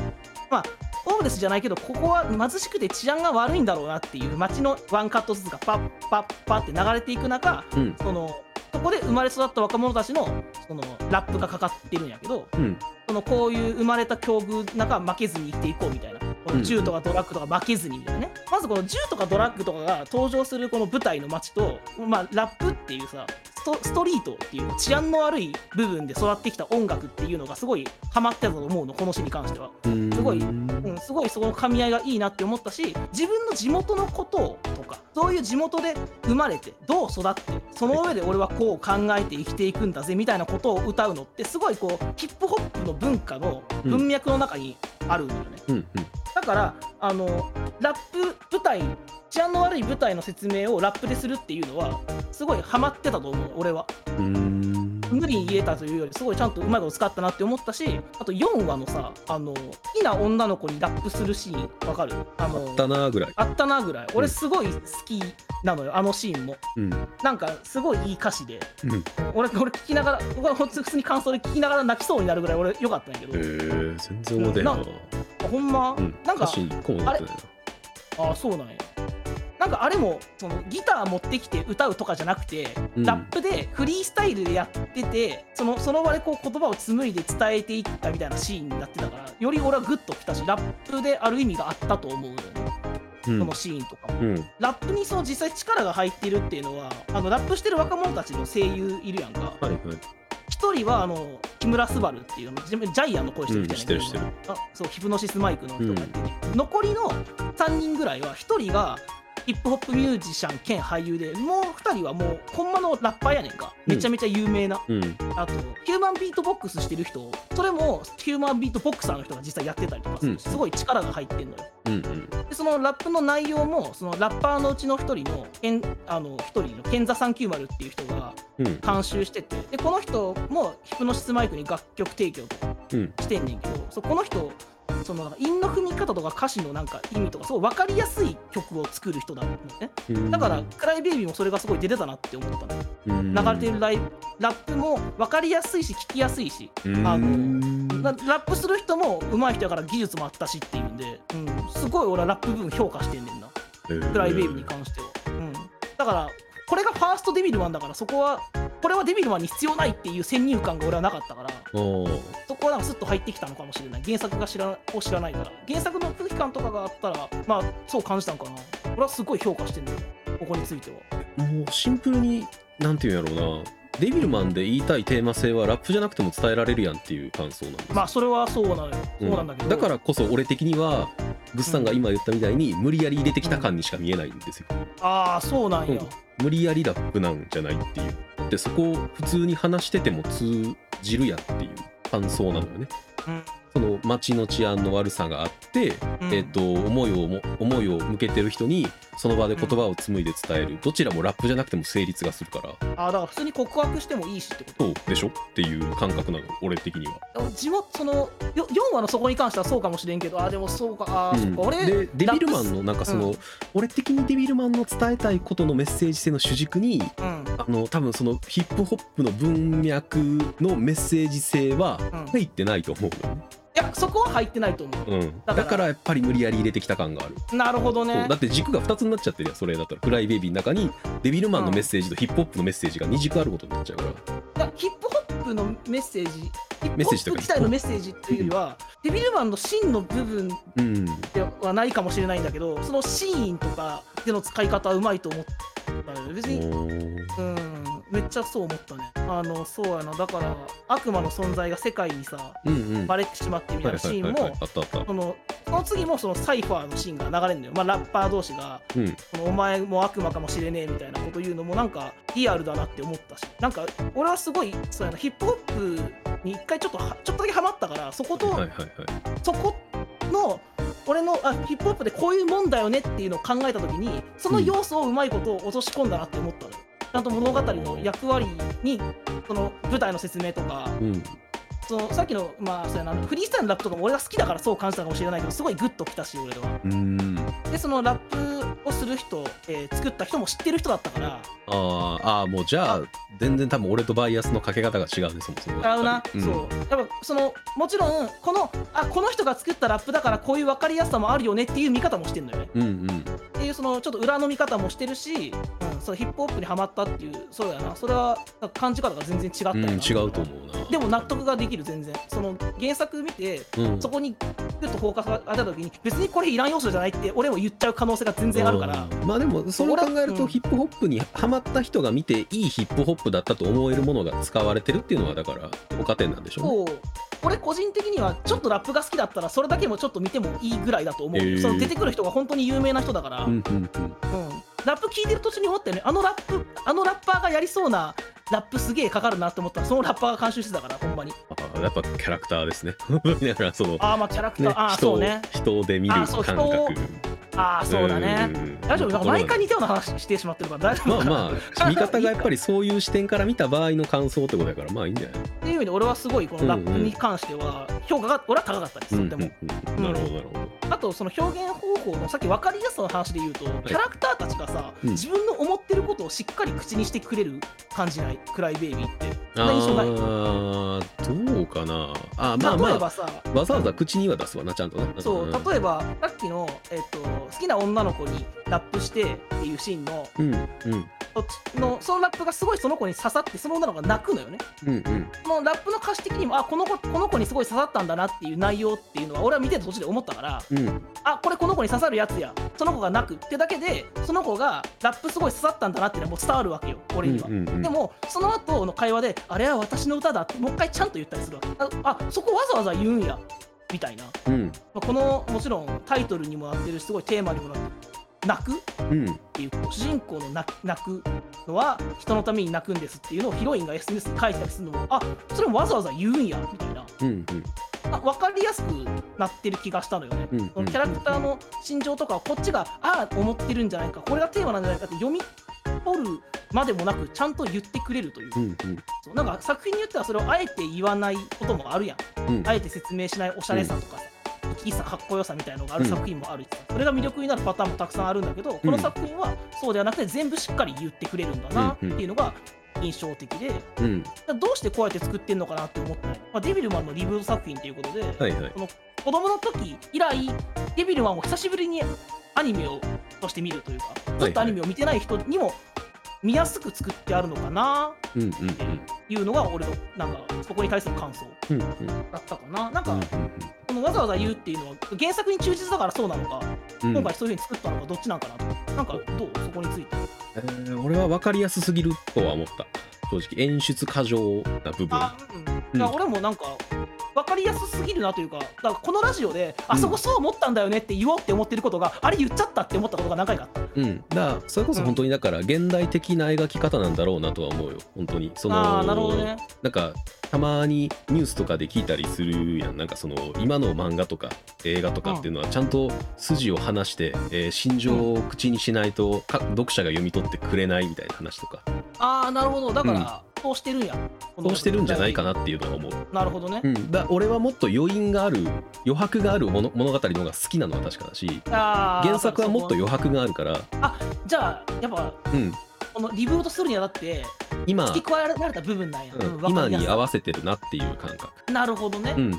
Speaker 1: ホームレスじゃないけどここは貧しくて治安が悪いんだろうなっていう街のワンカットずつがパッパッパッって流れていく中
Speaker 2: うん
Speaker 1: そのそこで生まれ育った若者たちのそのラップがかかってるんやけど。
Speaker 2: うん
Speaker 1: そのこういう生まれた境遇なんかは負けずに生きていこうみたいな。この銃とかドラッグとか負けずにみたいなね、まずこの銃とかドラッグとかが登場するこの舞台の街と、まあ、ラップっていうさストストリートっていう治安の悪い部分で育ってきた音楽っていうのがすごいハマってたと思うのこの詩に関しては、
Speaker 2: うん
Speaker 1: すごい
Speaker 2: うん
Speaker 1: うん、すごいそこの噛み合いがいいなって思ったし自分の地元のこととかそういう地元で生まれてどう育ってその上で俺はこう考えて生きていくんだぜみたいなことを歌うのってすごいこうヒップホップの文化の文脈の中にあるんだよね、
Speaker 2: うん
Speaker 1: だからあのラップ舞台治安の悪い舞台の説明をラップでするっていうのはすごいハマってたと思う俺は
Speaker 2: うん
Speaker 1: 無理に入れたというよりすごいちゃんとうまいこと使ったなって思ったしあと4話のさあの好きな女の子にラップするシーンわかるあ
Speaker 2: あ
Speaker 1: の
Speaker 2: ったなーぐらい
Speaker 1: あったなぐらい俺すごい好きなのよあのシーンも
Speaker 2: うん
Speaker 1: なんかすごいいい歌詞で
Speaker 2: うん
Speaker 1: 俺俺聞きながら僕はほんと普通に感想で聞きながら泣きそうになるぐらい俺良かったんやけ
Speaker 2: へ
Speaker 1: ど
Speaker 2: え全然思てへんわ
Speaker 1: なほんま、
Speaker 2: うん
Speaker 1: なんか
Speaker 2: 歌詞に一個も思ってない
Speaker 1: ああそうなんやなんかあれもそのギター持ってきて歌うとかじゃなくて、
Speaker 2: うん
Speaker 1: ラップでフリースタイルでやっててそのその場でこう言葉を紡いで伝えていったみたいなシーンになってたからより俺はグッときたしラップである意味があったと思うのよね、
Speaker 2: なうん
Speaker 1: このシーンとかも。
Speaker 2: うん
Speaker 1: ラップにその実際力が入ってるっていうのはあのラップしてる若者たちの声優いるやんか
Speaker 2: はいはい
Speaker 1: 一人はあの木村昴っていうあのジャイアンの声してる人じゃない
Speaker 2: うん知って
Speaker 1: あ
Speaker 2: る
Speaker 1: そうヒプノシスマイクの人がいてね、残りの3人ぐらいは1人がヒップホップミュージシャン兼俳優でもう2人はもうほんまのラッパーやねんか
Speaker 2: うん
Speaker 1: めちゃめちゃ有名な、
Speaker 2: うん
Speaker 1: あとヒューマンビートボックスしてる人それもヒューマンビートボックサーの人が実際やってたりとかする、
Speaker 2: うん
Speaker 1: すごい力が入ってんのよ
Speaker 2: うんうん
Speaker 1: でそのラップの内容もそのラッパーのうちの1人のけんあの一人のケンザ390っていう人が
Speaker 2: うん
Speaker 1: 監修しててでこの人もヒプノシスマイクに楽曲提供とか
Speaker 2: うん
Speaker 1: してんねんけどそうこの人その韻の踏み方とか歌詞のなんか意味とかすごい分かりやすい曲を作る人だもんね
Speaker 2: うん
Speaker 1: だから「クライベイビー」もそれがすごい出てたなって思ったね
Speaker 2: うん
Speaker 1: 流れてるライラップも分かりやすいし聞きやすいし
Speaker 2: うん
Speaker 1: あなラップする人も上手い人やから技術もあったしっていうんで、うん、すごい俺はラップ部分評価してんねんなクライベイビーに関しては、うん、だからこれがファーストデビルマンだからそこはこれはデビルマンに必要ないっていう先入観が俺はなかったから
Speaker 2: おー
Speaker 1: そこはなんかスッと入ってきたのかもしれない原作が知らを知らないから原作の空気感とかがあったらまあそう感じたんかな俺はすごい評価してんだよここについては
Speaker 2: もうシンプルになんていうんやろうなデビルマンで言いたいテーマ性はラップじゃなくても伝えられるやんっていう感想なんです
Speaker 1: まあそれはそうなのよそうなんだけど、
Speaker 2: だからこそ俺的にはグッさんが今言ったみたいに無理やり入れてきた感にしか見えないんですよ
Speaker 1: ああそうなんや、
Speaker 2: 無理やりラップなんじゃないっていうでそこを普通に話してても通じるやんっていう感想なのよね
Speaker 1: うん
Speaker 2: その街の治安の悪さがあって、
Speaker 1: うん
Speaker 2: えっと思いをも思いを向けてる人にその場で言葉を紡いで伝えるどちらもラップじゃなくても成立がするから
Speaker 1: ああだから普通に告白してもいいしってこと
Speaker 2: そうでしょっていう感覚なの俺的には。
Speaker 1: 地元そのよ4話のそこに関してはそうかもしれんけどあーでもそうかあー、
Speaker 2: うん
Speaker 1: そっか俺
Speaker 2: でデビルマン
Speaker 1: ラッ
Speaker 2: のなんかその、
Speaker 1: うん
Speaker 2: 俺的にデビルマンの伝えたいことのメッセージ性の主軸に
Speaker 1: プうん
Speaker 2: あの多分そのヒップホップの文脈のメッセージ性は
Speaker 1: うんい
Speaker 2: 入ってないと思
Speaker 1: やそこは入ってないと思
Speaker 2: う、うん、
Speaker 1: だから
Speaker 2: だからやっぱり無理やり入れてきた感がある、
Speaker 1: うなるほど
Speaker 2: そ
Speaker 1: ね
Speaker 2: うだって軸が2つになっちゃってるやんそれだったら「クライベイビー」の中にデビルマンのメッセージとヒップホップのメッセージが2軸あることになっちゃうから
Speaker 1: だからヒップホップのメッセージヒップ
Speaker 2: メッ
Speaker 1: ホ
Speaker 2: セー
Speaker 1: ッ
Speaker 2: ジと
Speaker 1: プ
Speaker 2: か
Speaker 1: 自体のメッセージというよりは、デビルマンの真の部分
Speaker 2: うん
Speaker 1: ではないかもしれないんだけどそのシーンとかでの使い方はうまいと思ったよ別に
Speaker 2: おー
Speaker 1: うんめっちゃそう思ったねあのそうやなだから悪魔の存在が世界にさ
Speaker 2: うんうん
Speaker 1: バレてしまってみたいなシーンも
Speaker 2: あったあった
Speaker 1: そのその次もそのサイファーのシーンが流れるのよ、まあ、ラッパー同士が
Speaker 2: うん
Speaker 1: 「そのお前も悪魔かもしれねえ」みたいなこと言うのもなんかリアルだなって思ったしなんか俺はすごいそうやなヒップホップに一回ちょっとはちょっとだけハマったからそこと、
Speaker 2: はいはいはい
Speaker 1: そこの俺のあヒップホップでこういうもんだよねっていうのを考えた時にその要素をうまいことを落とし込んだなって思ったのよ。ちゃんと物語の役割にその舞台の説明とか
Speaker 2: うん
Speaker 1: そのさっきの,、まあ、そうやなフリースタイルのラップとかも俺が好きだからそう感じたかもしれないけどすごいグッときたし俺は
Speaker 2: うん
Speaker 1: でそのラップをする人、えー作った人も知ってる人だったから
Speaker 2: あーあーもうじゃあ全然多分俺とバイアスのかけ方が違うねそもそも
Speaker 1: 違うな、
Speaker 2: ん
Speaker 1: そうやっぱそのもちろんこのあこの人が作ったラップだからこういう分かりやすさもあるよねっていう見方もしてるのよね
Speaker 2: うんうん
Speaker 1: っていうそのちょっと裏の見方もしてるし、うん、そのヒップホップにはまったっていうそうやなそれはなんか感じ方が全然違ったよ
Speaker 2: うん
Speaker 1: な、
Speaker 2: 違うと思うな
Speaker 1: でも納得ができる全然その原作見て
Speaker 2: うん
Speaker 1: そこにグッとフォーカスが当たった時に別にこれいらん要素じゃないって俺も言っちゃう可能性が全然あるから
Speaker 2: うんまあでもそう考える
Speaker 1: う
Speaker 2: と
Speaker 1: ん
Speaker 2: ヒップホップにハマった人が見ていいヒップホップだったと思えるものが使われてるっていうのはだから他店なんでしょうね
Speaker 1: そう俺個人的にはちょっとラップが好きだったらそれだけもちょっと見てもいいぐらいだと思う、
Speaker 2: へー
Speaker 1: その出てくる人が本当に有名な人だから、
Speaker 2: う
Speaker 1: うん
Speaker 2: んうんうん
Speaker 1: ラップ聴いてる途中に思ったよねあのラップあのラッパーがやりそうなラップすげえかかるなと思ったらそのラッパーが監修してたからほんまに
Speaker 2: あーやっぱキャラクターですね だからその
Speaker 1: ああまあキャラクター、
Speaker 2: ね
Speaker 1: ああ
Speaker 2: 人
Speaker 1: そ
Speaker 2: を
Speaker 1: うね
Speaker 2: 人で見る
Speaker 1: あ
Speaker 2: 感
Speaker 1: ーそう人を
Speaker 2: 覚
Speaker 1: ああそうだね
Speaker 2: ん
Speaker 1: 大丈夫なんか毎回似たような話してしまってるから大丈夫
Speaker 2: まあ
Speaker 1: かな
Speaker 2: まあ見方がやっぱりそういう視点から見た場合の感想ってことだからまあいいんじゃない
Speaker 1: っていう意味で俺はすごいこのラップに関しては評価が俺は高かったです、
Speaker 2: うん
Speaker 1: で
Speaker 2: う
Speaker 1: も
Speaker 2: んうんなるほどなるほど
Speaker 1: あとその表現方法のさっき分かりやすさの話で言うと、キャラクターたちがさ、
Speaker 2: うん
Speaker 1: 自分の思ってることをしっかり口にしてくれる感じないクライベイビーってそんな印象ない
Speaker 2: あーどうかなあーまあ
Speaker 1: 例え
Speaker 2: ま
Speaker 1: ばさ、
Speaker 2: あわざわざ口には出すわなちゃんとね
Speaker 1: そう
Speaker 2: うん
Speaker 1: 例えばさっきの、えっと好きな女の子にラップしてっていうシーンの
Speaker 2: うんうん
Speaker 1: そっちのそのラップがすごいその子に刺さってその女の子が泣くのよね
Speaker 2: うんうん
Speaker 1: そのラップの歌詞的にもあこの子この子にすごい刺さったんだなっていう内容っていうのは俺は見てた途中で思ったから
Speaker 2: うん
Speaker 1: あこれこの子に刺さるやつやその子が泣くってだけでその子がラップすごい刺さったんだなっていうのはもう伝わるわけよ俺には。
Speaker 2: うんうんうん
Speaker 1: でもその後の会話で「あれは私の歌だ」ってもう一回ちゃんと言ったりするわけああそこわざわざ言うんやみたいな、ま
Speaker 2: うん
Speaker 1: あこのもちろんタイトルにもなってるしすごいテーマにもなってる泣くっ
Speaker 2: うん
Speaker 1: ていう主人公の泣泣くのは人のために泣くんですっていうのをヒロインが SNS に書いてたりするのもあそれもわざわざ言うんやみたいな
Speaker 2: うん
Speaker 1: あ分かりやすくなってる気がしたのよね。
Speaker 2: うん
Speaker 1: そのキャラクターの心情とかをこっちがああ思ってるんじゃないかこれがテーマなんじゃないかって読み取るまでもなくちゃんと言ってくれるという
Speaker 2: うんうん
Speaker 1: そうなんか作品によってはそれをあえて言わないこともあるやん、
Speaker 2: うん
Speaker 1: あえて説明しないおしゃれさとかさ、きいさかっこよさみたいのがある作品もあるし、それが魅力になるパターンもたくさんあるんだけど、この作品はそうではなくて全部しっかり言ってくれるんだなっていうのが印象的で、
Speaker 2: うん
Speaker 1: どうしてこうやって作ってんのかなって思って、まあ、デビルマンのリブート作品ということで、
Speaker 2: はいはい
Speaker 1: 子供の時以来デビルマンを久しぶりにアニメをとして見るというか
Speaker 2: い
Speaker 1: ずっとアニメを見てない人にも見やすく作ってあるのかな
Speaker 2: うんうん
Speaker 1: っていうのが俺のなんかそこに対する感想
Speaker 2: うんうんうん
Speaker 1: だったかななん
Speaker 2: う
Speaker 1: か、
Speaker 2: ん
Speaker 1: このわざわざ言うっていうのは原作に忠実だからそうなのか、
Speaker 2: うんう
Speaker 1: 今
Speaker 2: ん
Speaker 1: 回そういうふうに作ったのかどっちなんかなとなんかどうそこについて
Speaker 2: えー俺は分かりやすすぎるとは思った正直演出過剰な部分
Speaker 1: あうん、だから俺もなんか分かりやすすぎるなというかだからこのラジオで、
Speaker 2: うん
Speaker 1: あそこそう思ったんだよねって言おうって思ってることがあれ言っちゃったって思ったことが何回かあった
Speaker 2: うん、だからそれこそ本当にだから現代的な描き方なんだろうなとは思うよ本当にその
Speaker 1: あーなるほどね
Speaker 2: なんかたまにニュースとかで聞いたりするやんなんかその今の漫画とか映画とかっていうのはちゃんと筋を離して、えー心情を口にしないとか読者が読み取ってくれないみたいな話とか
Speaker 1: ああなるほどだから、そうしてるんやこの
Speaker 2: そうしてるんじゃないかなっていうのは思う、
Speaker 1: なるほどね、
Speaker 2: うん、だ俺はもっと余韻がある余白がある物物語の方が好きなのは確かだし
Speaker 1: ああ
Speaker 2: 原作はもっと
Speaker 1: よ
Speaker 2: 余白があるから、
Speaker 1: じゃあやっぱ
Speaker 2: うん、
Speaker 1: このリブートするにはだって
Speaker 2: 今
Speaker 1: 付け加えられた部分なんや、
Speaker 2: うん
Speaker 1: うんわか
Speaker 2: 今
Speaker 1: りやすい
Speaker 2: に合わせてるなっていう感覚
Speaker 1: なるほどね、
Speaker 2: うん、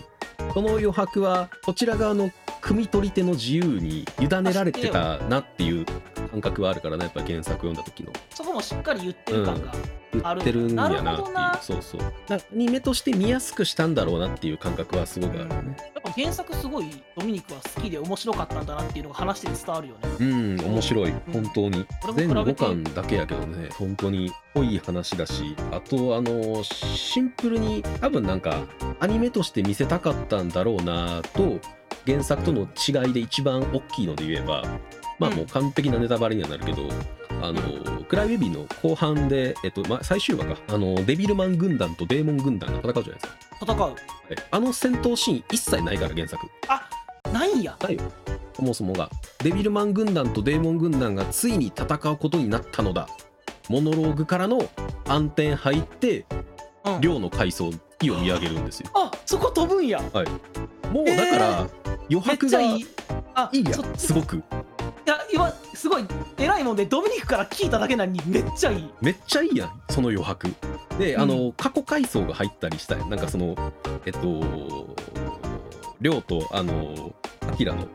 Speaker 2: その余白はこちら側の汲み取り手の自由に委ねられてたなっていう感覚はあるからなやっぱ原作読んだ時の
Speaker 1: そこもしっかり言ってる感が、
Speaker 2: 言ってるんやな
Speaker 1: なるほ
Speaker 2: ってい
Speaker 1: ど
Speaker 2: う
Speaker 1: な
Speaker 2: そうそうだからアニメとして見やすくしたんだろうなっていう感覚はすごくあるよね
Speaker 1: やっぱ原作すごいドミニクは好きで面白かったんだなっていうのが話してて伝わるよね
Speaker 2: うん面白い本当に
Speaker 1: 俺も比べて
Speaker 2: 全5巻だけやけどね本当に濃い話だしあとあのシンプルに多分なんかアニメとして見せたかったんだろうなと原作との違いで一番大きいので言えばまあ
Speaker 1: うん
Speaker 2: もう完璧なネタバレにはなるけど。あのクライベビーの後半で、えっとまあ、最終話かあのデビルマン軍団とデーモン軍団が戦うじゃないですか
Speaker 1: 戦う
Speaker 2: はいあの戦闘シーン一切ないから原作
Speaker 1: ないんや
Speaker 2: そもそもがデビルマン軍団とデーモン軍団がついに戦うことになったのだモノローグからの暗転入って
Speaker 1: うん
Speaker 2: 寮の階層木を見上げるんですよ
Speaker 1: あそこ飛ぶんや
Speaker 2: もうだから余
Speaker 1: めっ
Speaker 2: 白
Speaker 1: ち
Speaker 2: が
Speaker 1: ゃ
Speaker 2: い
Speaker 1: い
Speaker 2: い
Speaker 1: いあ
Speaker 2: や
Speaker 1: そっち
Speaker 2: すごく
Speaker 1: いや今すごい偉いもんでドミニクから聞いただけなのにめっちゃいい
Speaker 2: めっちゃいいやんその余白で
Speaker 1: うん
Speaker 2: あの過去階層が入ったりしたいなんかそのえっと寮とあのアキラの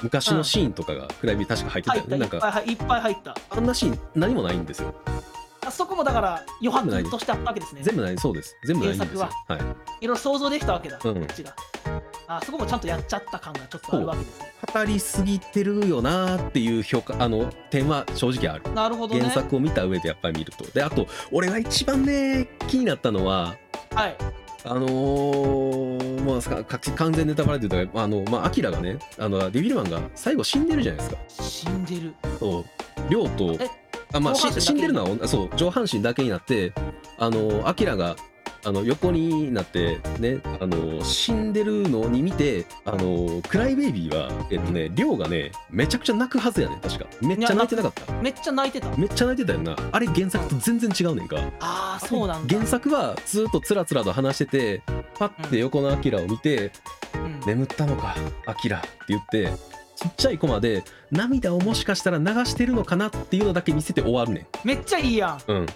Speaker 2: 昔のシーンとかが暗闇確か入ってた
Speaker 1: 入っ
Speaker 2: よね
Speaker 1: たい
Speaker 2: なん
Speaker 1: っぱい
Speaker 2: か
Speaker 1: はいいっぱい入った
Speaker 2: あんなシーン何もないんですよ
Speaker 1: あそこもだから余白としてあったわけですね
Speaker 2: 全部ないそうです全部ないんですよ
Speaker 1: 原
Speaker 2: はい
Speaker 1: いろいろ想像できたわけだ、
Speaker 2: うん
Speaker 1: こっちがあそこもちゃんとやっちゃった感がちょっとあるわけですね
Speaker 2: 語りすぎてるよなーっていう評価あの点は正直ある
Speaker 1: なるほどね
Speaker 2: 原作を見た上でやっぱり見るとであと俺が一番ね気になったのは
Speaker 1: はい
Speaker 2: あのー、もうかか完全ネタバレというかあのまあアキラがねあのデビルマンが最後死んでるじゃないですか
Speaker 1: 死んでる
Speaker 2: そう亮と
Speaker 1: え
Speaker 2: あまあ
Speaker 1: 上半身だけ
Speaker 2: し死んでるのはそう上半身だけになってあのアキラがあの横になってねあの死んでるのに見てあのクライベイビーはえっとね亮がねめちゃくちゃ泣くはずやねん確かめっちゃ泣いてなかった
Speaker 1: めっちゃ泣いてた
Speaker 2: めっちゃ泣いてたよなあれ原作と全然違うねんか
Speaker 1: ああそうなんだ
Speaker 2: 原作はずっとつらつらと話しててパッて横のアキラを見て
Speaker 1: うん
Speaker 2: 「眠ったのかアキラ」って言ってちっちゃいコマで涙をもしかしたら流してるのかなっていうのだけ見せて終わるねん
Speaker 1: めっちゃいいやん
Speaker 2: うん、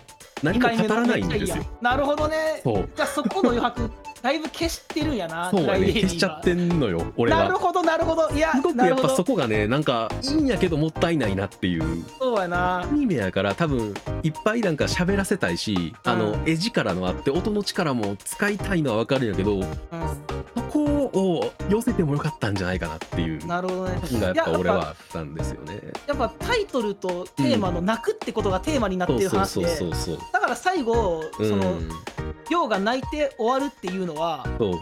Speaker 2: 何
Speaker 1: 二
Speaker 2: も
Speaker 1: 回目
Speaker 2: 語
Speaker 1: の
Speaker 2: らないん
Speaker 1: めっ
Speaker 2: で
Speaker 1: ち
Speaker 2: す
Speaker 1: ゃい
Speaker 2: よ
Speaker 1: い。やんなるほどね
Speaker 2: そう、
Speaker 1: じゃあそこの余白だいぶ消してるんやな
Speaker 2: そうや
Speaker 1: プライベ
Speaker 2: ね、
Speaker 1: ート
Speaker 2: 消しちゃってんのよ、俺
Speaker 1: なる
Speaker 2: は。
Speaker 1: ほどなるほどいや
Speaker 2: すごく
Speaker 1: な
Speaker 2: や
Speaker 1: る
Speaker 2: っ
Speaker 1: ほ
Speaker 2: ぱ
Speaker 1: ど
Speaker 2: そこがね、なんかいいんやけどもったいないなっていう。
Speaker 1: そうやない
Speaker 2: い目やから多分いっぱいなんか喋らせたいし、あの
Speaker 1: う
Speaker 2: 絵力のあって音の力も使いたいのはわかるんやけど、
Speaker 1: う、
Speaker 2: そこを寄せてもよかったんじゃないかなっていうん
Speaker 1: なるほどね
Speaker 2: のがやっぱ
Speaker 1: いや
Speaker 2: 俺はあったんですよね。
Speaker 1: やっぱタイトルとテーマの「泣く」ってことがテーマになって
Speaker 2: そう
Speaker 1: る
Speaker 2: そう
Speaker 1: 話
Speaker 2: そ
Speaker 1: で
Speaker 2: うそうそう。
Speaker 1: だから最後
Speaker 2: う
Speaker 1: その
Speaker 2: ん、
Speaker 1: 陽が泣いて終わるっていうのは
Speaker 2: そう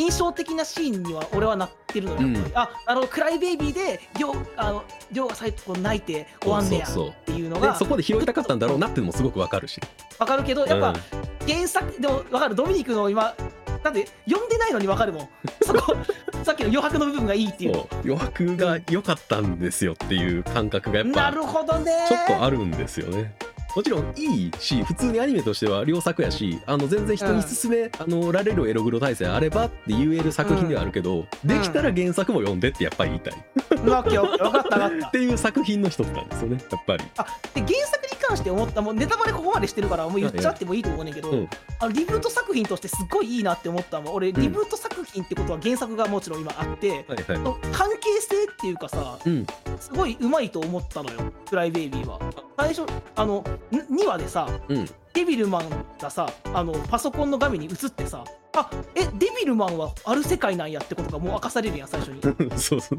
Speaker 1: 印象的なシーンには俺はなってるのよやっぱり、
Speaker 2: う
Speaker 1: ああのクライベイビーで陽あの陽が最後こう泣いて終わんねやっ
Speaker 2: そう
Speaker 1: ていうの
Speaker 2: そうで
Speaker 1: が
Speaker 2: そこで拾いたかったんだろうなっていうのもすごくわかるし。
Speaker 1: わかるけどやっぱ、
Speaker 2: うん
Speaker 1: 原作でも分かるドミニクの今だって読んでないのに分かるもん そこさっきの余白の部分がいいっていう
Speaker 2: そう余白が良かったんですよっていう感覚がやっ
Speaker 1: な
Speaker 2: ぱ
Speaker 1: るほどね
Speaker 2: ちょっとあるんですよね。もちろんいいし普通にアニメとしては良作やしあの全然人に勧め、あのられるエログロ体制あればって言える作品ではあるけど、できたら原作も読んでってやっぱり言いたい、
Speaker 1: オッケーオッケー分かった分か
Speaker 2: っ
Speaker 1: って
Speaker 2: いう作品の一つなんですよねやっぱり。
Speaker 1: たで原作に関して思ったもうネタバレここまでしてるからもう言っちゃってもいいと思うねんけど、
Speaker 2: うん
Speaker 1: あのリブート作品としてすっごいいいなって思ったのは俺リブート作品ってことは原作がもちろん今あって、
Speaker 2: はいはい
Speaker 1: 関係性っていうかさ、
Speaker 2: うん
Speaker 1: すごいうまいと思ったのよクライベイビーは最初あの2話でさ
Speaker 2: うん
Speaker 1: デビルマンがさあのパソコンの画面に映ってさあえデビルマンはある世界なんやってことがもう明かされるやん最 初に
Speaker 2: そうそう。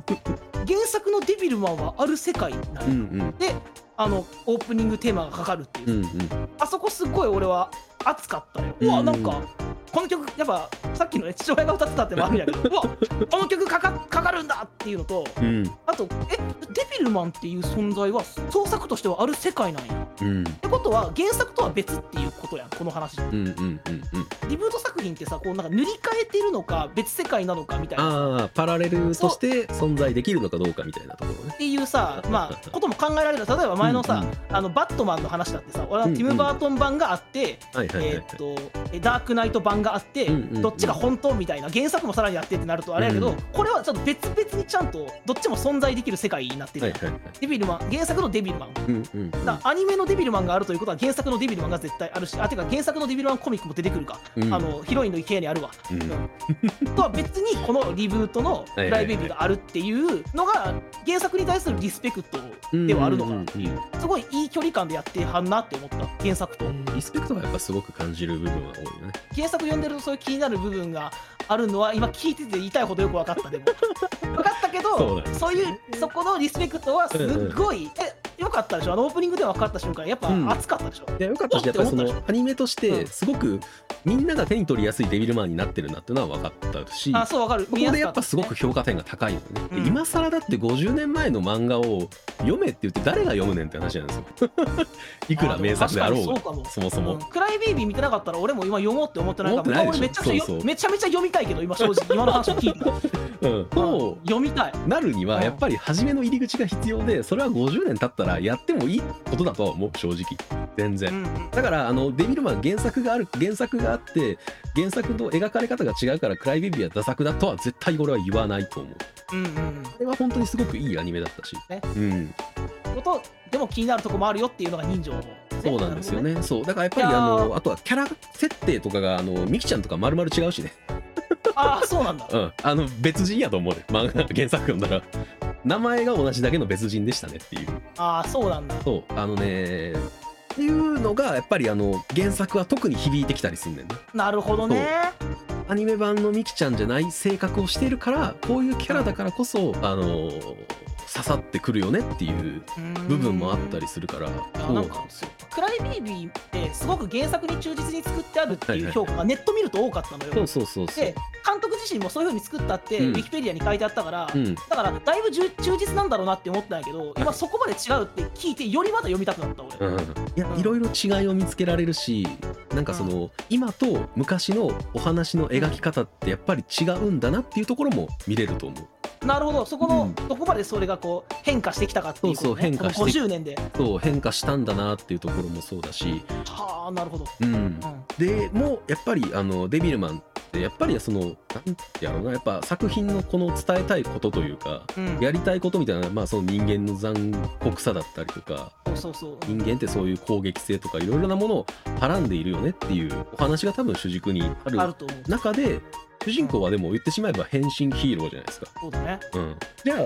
Speaker 1: 原作のデビルマンはある世界なんや、
Speaker 2: うんうん
Speaker 1: であのオープニングテーマがかかるっていう、
Speaker 2: うんうん。
Speaker 1: あそこすごい俺は熱かったよ
Speaker 2: う
Speaker 1: うんわなんかこの曲やっぱさっきのね父親が歌ってたってのもあるんやけど うわこの曲かかかかるんだっていうのと
Speaker 2: うん
Speaker 1: あとえデビルマンっていう存在は創作としてはある世界なんやっ
Speaker 2: うん
Speaker 1: てことは原作とは別っていうことやんこの話
Speaker 2: うんうんうんうん。
Speaker 1: リブート作品ってさこうなんか塗り替えてるのか別世界なのかみたいな
Speaker 2: ああパラレルとして存在できるのかどうかみたいなところね。
Speaker 1: っていうさまあことも考えられる例えば前のさ、あのバットマンの話だってさ俺はティム・バートン版があって、
Speaker 2: はいはいはい
Speaker 1: えー
Speaker 2: はい
Speaker 1: っ。とえダークナイト版があって、
Speaker 2: うんうんうん
Speaker 1: どっちが本当みたいな原作もさらにやってってなるとあれやけど、
Speaker 2: うん
Speaker 1: これはちょっと別々にちゃんとどっちも存在できる世界になってる
Speaker 2: はい
Speaker 1: やん、
Speaker 2: はいはい。
Speaker 1: デビルマン原作のデビルマン
Speaker 2: うんうん
Speaker 1: だからアニメのデビルマンがあるということは原作のデビルマンが絶対あるしあてか原作のデビルマンコミックも出てくるか、
Speaker 2: うん。
Speaker 1: あのヒロインの部屋にあるわ
Speaker 2: うん
Speaker 1: とは別にこのリブートの「
Speaker 2: いは
Speaker 1: プ
Speaker 2: い
Speaker 1: ライベート」があるっていうのが原作に対するリスペクトではあるのかなってい
Speaker 2: うんう
Speaker 1: うすごいいい距離感でやってはんなって思った原作と
Speaker 2: リスペクトがやっぱすごく感じる部分は多いよね。
Speaker 1: 原作読んでるとそういう気になる部分があるのは今聞いてて言いたいほどよく分かったで も分かったけど
Speaker 2: そ
Speaker 1: そうう,、
Speaker 2: だね
Speaker 1: いうそこのリスペクトはすっごい、えよかったでしょあのオープニングでは分かった瞬間やっぱ
Speaker 2: うん
Speaker 1: 熱かったでしょ、
Speaker 2: いやよかったしやっぱり
Speaker 1: お
Speaker 2: そ
Speaker 1: って思
Speaker 2: のアニメとし
Speaker 1: う
Speaker 2: て
Speaker 1: ん
Speaker 2: すごくみんなが手に取りやすいデビルマンになってるなっていうのは分かったし。
Speaker 1: あそう分かる
Speaker 2: ここでやっぱすごく評価点が高いのね、で
Speaker 1: うん
Speaker 2: 今更だって50年前の漫画を読めって言って誰が読むねんって話なんです よ い
Speaker 1: い
Speaker 2: くら名作であろうが
Speaker 1: かも
Speaker 2: そもそ
Speaker 1: うん
Speaker 2: も、
Speaker 1: クライベイビー見てなかったら俺も今読もうって思ってないか
Speaker 2: 思
Speaker 1: も
Speaker 2: ってないでしょ
Speaker 1: 俺めちゃくちゃよ
Speaker 2: そうそう
Speaker 1: めちゃめちゃ読みたいけど今 正直今の話を聞いて
Speaker 2: うん、そ
Speaker 1: 読みたいう
Speaker 2: なるに
Speaker 1: う
Speaker 2: は
Speaker 1: ん
Speaker 2: やっぱり初めの入り口が必要でそれは50年経ったらやってもいいことだとは思う正直全然、
Speaker 1: うんうん
Speaker 2: だからあのデビルマン原作がある原作があって原作と描かれ方が違うからクライベイビーは打作だとは絶対俺は言わないと思う
Speaker 1: うんうん
Speaker 2: あれは本当にすごくいいアニメだったし、
Speaker 1: ね
Speaker 2: うん
Speaker 1: ことでも気になるとこもあるよっていうのが人情
Speaker 2: そうなんですよ
Speaker 1: ね
Speaker 2: ね。そうだからやっぱり
Speaker 1: いや
Speaker 2: あ
Speaker 1: ー
Speaker 2: のあとはキャラ設定とかがあのミキちゃんとかまるまる違うしね。
Speaker 1: ああそうなんだ
Speaker 2: うん。あの別人やと思うね。漫画原作読んだら名前が同じだけの別人でしたねっていう。
Speaker 1: ああそうなんだ
Speaker 2: そうあのねっていうのがやっぱりあの原作は特に響いてきたりすんねんね。
Speaker 1: なるほどね
Speaker 2: アニメ版のミキちゃんじゃない性格をしているからこういうキャラだからこそあの刺さってくるよねっていう部分もあったりするから。
Speaker 1: あ
Speaker 2: そう
Speaker 1: なんかそうクライベイビーってすごく原作に忠実に作ってあるって
Speaker 2: はいはい
Speaker 1: い
Speaker 2: は
Speaker 1: う評
Speaker 2: い
Speaker 1: 価がネット見ると多かったのよ、
Speaker 2: そうそうそうそう
Speaker 1: で。監督自身もそういう風に作ったって、
Speaker 2: うん
Speaker 1: ウィキペディアに書いてあったから、
Speaker 2: うん。
Speaker 1: だからだいぶ充忠実なんだろうなって思ったんやけど、
Speaker 2: は
Speaker 1: 今
Speaker 2: い
Speaker 1: そこまで違うって聞いてよりまだ読みたくなった俺、
Speaker 2: うん、いや、
Speaker 1: うん
Speaker 2: いろいろ違いを見つけられるしなんかその、今と昔のお話の描き方ってやっぱり違うんだなっていうところも見れると思う
Speaker 1: なるほどそこ
Speaker 2: う
Speaker 1: の
Speaker 2: ん
Speaker 1: どこまでそれがこう変化してきたかっていうこと、ね、
Speaker 2: そうそう変化して
Speaker 1: この50年で
Speaker 2: そう変化したんだなっていうところもそうだし、
Speaker 1: はあなるほど、
Speaker 2: うん
Speaker 1: う、ん、
Speaker 2: でもやっぱりあのデビルマンってやっぱりそのなんてやろうなやっぱ作品のこの伝えたいことというか
Speaker 1: うん、
Speaker 2: やりたいことみたいな、まあ、その人間の残酷さだったりとか
Speaker 1: そうそうそう
Speaker 2: 人間ってそういう攻撃性とかいろいろなものをはらんでいるよねっていうお話が多分主軸にある
Speaker 1: あると思う
Speaker 2: 中で主人公はでも言ってしまえば変身ヒーローじゃないですか、
Speaker 1: そうだね
Speaker 2: うん、じゃあ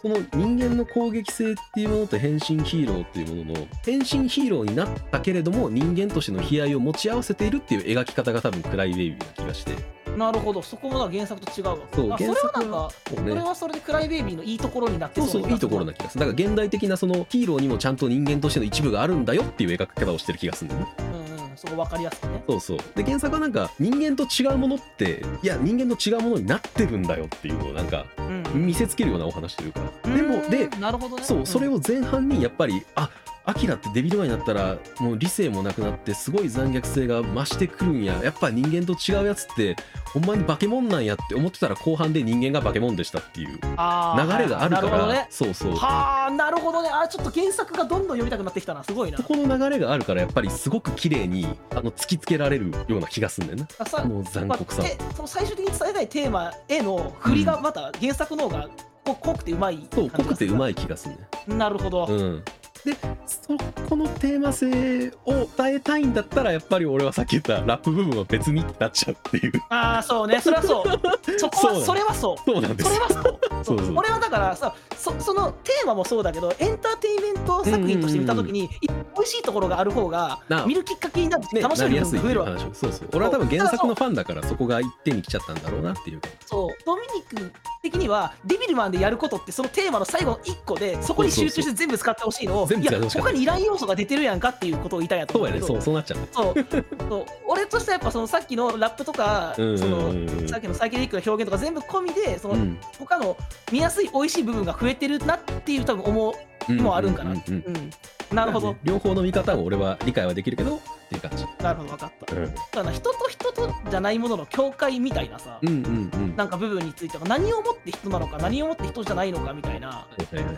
Speaker 2: その人間の攻撃性っていうものと変身ヒーローっていうものの変身ヒーローになったけれども人間としての悲哀を持ち合わせているっていう描き方が多分クライベイビーな気がして
Speaker 1: なるほどそこもだから原作と違うわ
Speaker 2: そう
Speaker 1: あそれはなんか
Speaker 2: そう
Speaker 1: これ
Speaker 2: ね
Speaker 1: はそれでクライベイビーのいいところになって
Speaker 2: そうそういいところ
Speaker 1: だ
Speaker 2: な気がするだから現代的なそのヒーローにもちゃんと人間としての一部があるんだよっていう描き方をしてる気がするんだよね
Speaker 1: うんうんそこ分かりやすくね
Speaker 2: そうそうで原作はなんか人間と違うものっていや人間と違うものになってるんだよっていうのをなんか
Speaker 1: うん
Speaker 2: 見せつけるようなお話というかでもで
Speaker 1: なるほどね
Speaker 2: そうそれ
Speaker 1: を
Speaker 2: を前半にやっぱりあアキラってデビルマになったらもう理性もなくなってすごい残虐性が増してくるんややっぱ人間と違うやつってほんまに化け物なんやって思ってたら後半で人間が化け物でしたっていう流
Speaker 1: あー
Speaker 2: れがあるか
Speaker 1: なるほ
Speaker 2: ら、
Speaker 1: どね
Speaker 2: そうそう
Speaker 1: はあなるほどねあーちょっと原作がどんどん読みたくなってきたなすごいな
Speaker 2: ここの流れがあるからやっぱりすごく綺麗にあの突きつけられるような気がすんだよな
Speaker 1: さ
Speaker 2: あの残酷さ
Speaker 1: まあてその最終的に伝えたいテーマへの振りがまた原作の方がこ濃くてうまい
Speaker 2: そう濃くてうま
Speaker 1: い
Speaker 2: い気がすんね
Speaker 1: なるほど、
Speaker 2: うんでそこのテーマ性を伝えたいんだったらやっぱり俺はさっき言ったラップ部分は別になっちゃうっていう
Speaker 1: ああそうねそれはそう そこ
Speaker 2: そう
Speaker 1: は
Speaker 2: なの
Speaker 1: それはそう
Speaker 2: そうなんで
Speaker 1: そ
Speaker 2: す
Speaker 1: れはそう
Speaker 2: そうそう
Speaker 1: 俺はだからさそそのテーマもそうだけどエンターテインメント作品として見た時に美味しいところがある方が
Speaker 2: なあ
Speaker 1: 見るきっかけになって
Speaker 2: ね、
Speaker 1: 楽しめ
Speaker 2: なり
Speaker 1: る
Speaker 2: や
Speaker 1: 部
Speaker 2: すい
Speaker 1: 分
Speaker 2: っ
Speaker 1: が
Speaker 2: て
Speaker 1: 増える
Speaker 2: いう
Speaker 1: わけ
Speaker 2: 話そうそう俺は多分原作のファンだからそこが一点に来ちゃったんだろうなっていう
Speaker 1: そうドミニク的にはデビルマンでやることってそのテーマの最後の1個でそこに集中して全部使ってほしいのを
Speaker 2: そうそうそう全
Speaker 1: い
Speaker 2: 部使
Speaker 1: や
Speaker 2: ってほしかった
Speaker 1: 他にいらん要素が出てるやんかっていうことを言いたいやと
Speaker 2: そう
Speaker 1: 思う
Speaker 2: や
Speaker 1: け
Speaker 2: ね
Speaker 1: ど
Speaker 2: そうそうなっちゃうね
Speaker 1: そうそう俺としてはやっぱそのさっきのラップとか、
Speaker 2: うんうん
Speaker 1: その
Speaker 2: うんうん
Speaker 1: さっきのサイケデリックの表現とか全部込みでその、
Speaker 2: うん
Speaker 1: 他の見やすい美味しい部分が増えてるなっていう多分思う、
Speaker 2: うん
Speaker 1: もうあるんかな
Speaker 2: うんうんうん
Speaker 1: うん、なるほど、
Speaker 2: 両方の見方を俺は理解はできるけどっていう感じ
Speaker 1: なるほど分かった
Speaker 2: うん
Speaker 1: だから人と人とじゃないものの境界みたいなさ、
Speaker 2: うんうんうん
Speaker 1: なんか部分については何をもって人なのか何をもって人じゃないのかみたいな
Speaker 2: はいはいはい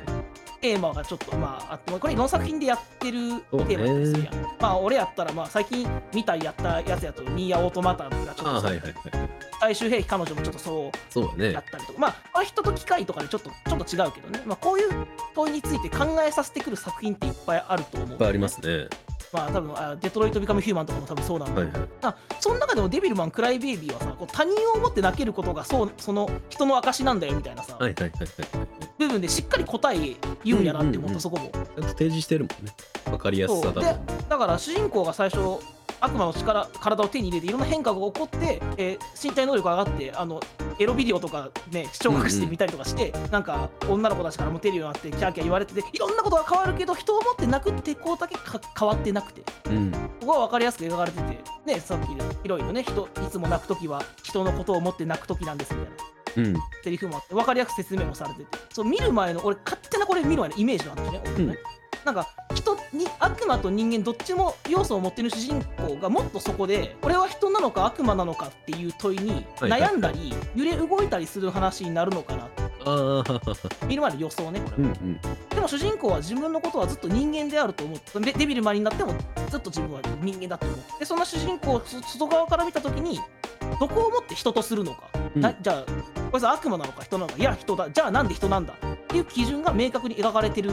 Speaker 1: テーマがちょっとまああってこれいろんな作品でやってる
Speaker 2: そうね
Speaker 1: テーマだったりするやん、まあ俺やったらまあ最近見たりやったやつやとニーヤオートマタンがちょっ
Speaker 2: あ
Speaker 1: と
Speaker 2: あ
Speaker 1: さ
Speaker 2: はいはいはい
Speaker 1: 最終兵器彼女もちょっとそう
Speaker 2: そうだ
Speaker 1: だ
Speaker 2: ね
Speaker 1: ったりとか、まあ、あ人と機械とかでちょっとちょっと違うけどね、まあ、こういう問いについて考えさせてくる作品っていっぱいあると思う。い
Speaker 2: いっぱいあります。ね
Speaker 1: まあ、多分あデトロイト・ビカム・ヒューマンとかも多分そうなんだ
Speaker 2: は
Speaker 1: け
Speaker 2: い
Speaker 1: ど、
Speaker 2: はい
Speaker 1: まあその中でもデビルマン・クライ・ベイビーはさ、こう他人を思って泣けることがそうその人の証なんだよみたいなさ、
Speaker 2: はいはいはいはい
Speaker 1: 部分でしっかり答え言うんやなって思った、
Speaker 2: うんうんうん
Speaker 1: そこも。
Speaker 2: ちゃんと提示してるもんねわかりやす
Speaker 1: そ
Speaker 2: さ
Speaker 1: う
Speaker 2: だ
Speaker 1: で
Speaker 2: と
Speaker 1: だから主人公が最初悪魔の力体を手に入れていろんな変化が起こって、えー身体能力が上がってあのエロビデオとかね視聴覚してみたりとかして、なんか女の子たちからモテるようになってキャーキャー言われてていろんなことが変わるけど人を持ってなくってこうだけか変わってなくてこ
Speaker 2: うん
Speaker 1: こは分かりやすく描かれててねさっきのヒロインのね人いつも泣く時は人のことを思って泣く時なんですみたいな
Speaker 2: うん
Speaker 1: セリフもあって分かりやすく説明もされててそう見る前の俺勝手なこれ見る前のイメージなんですね、俺ねなんか人に悪魔と人間どっちも要素を持ってる主人公がもっとそこで俺は人なのか悪魔なのかっていう問いに
Speaker 2: はいはい
Speaker 1: 悩んだり揺れ動いたりする話になるのかな
Speaker 2: ああ
Speaker 1: 見る前の予想ねこれは、
Speaker 2: うんうん
Speaker 1: でも主人公は自分のことはずっと人間であると思ってでデビルマンになってもずっと自分は人間だと思ってでそんな主人公をそ外側から見た時にどこをもって人とするのか、
Speaker 2: うん
Speaker 1: なじゃあこいつは悪魔なのか人なのかいや人だじゃあなんで人なんだっていう基準が明確に描かれてる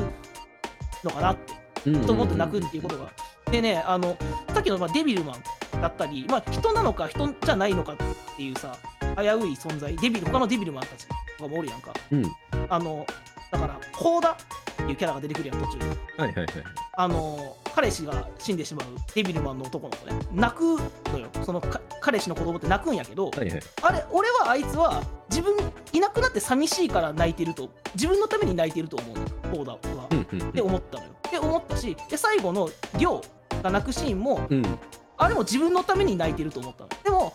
Speaker 1: のかなって
Speaker 2: うんうん
Speaker 1: 人を持って泣くっていうことが。でねあのさっきのまあデビルマンだったり、まあ、人なのか人じゃないのかっていうさ危うい存在デビル他のデビルマンたちとかもおるやんか。
Speaker 2: うんは
Speaker 1: あのだからコーダっていうキャラが出てくるやん途中で
Speaker 2: いはいはい
Speaker 1: あの彼氏が死んでしまうデビルマンの男の子ね泣くのよそのか彼氏の子供って泣くんやけど、
Speaker 2: はいはい
Speaker 1: あれ俺はあいつは自分いなくなって寂しいから泣いてると自分のために泣いてると思うのコーダは
Speaker 2: う。んうん
Speaker 1: って思ったのよ。って思ったしで最後のリョウが泣くシーンも
Speaker 2: うん
Speaker 1: あれも自分のために泣いてると思ったのでも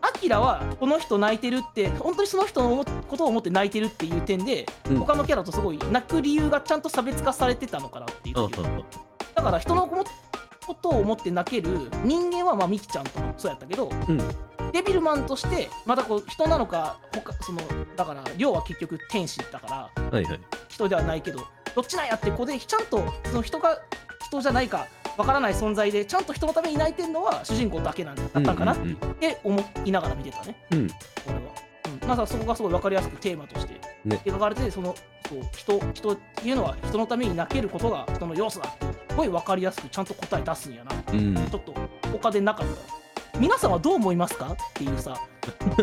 Speaker 1: アキラはこの人泣いてるって本当にその人のことを思って泣いてるっていう点で、
Speaker 2: うん
Speaker 1: 他のキャラとすごい泣く理由がちゃんと差別化されてたのかなっていう
Speaker 2: ああ
Speaker 1: だから人のことを思って泣ける人間はまあミキちゃんともそうやったけど、
Speaker 2: うん
Speaker 1: デビルマンとしてまたこう人なのか他そのだから亮は結局天使だから
Speaker 2: あはいはい
Speaker 1: 人ではないけどどっちなんやってこでちゃんとその人が人じゃないかわからない存在でちゃんと人のために泣いてるのは主人公だけなんだったのかなっ
Speaker 2: うん
Speaker 1: て思いながら見てたね
Speaker 2: うんうん
Speaker 1: 俺は。うん、なんかそこがすごい分かりやすくテーマとして
Speaker 2: ね
Speaker 1: 描かれて、そのそう人人っていうのは人のために泣けることが人の要素だってすごい分かりやすくちゃんと答え出すんやなち
Speaker 2: うん
Speaker 1: ょっと他でなかった皆さんはどう思いますかっていうさ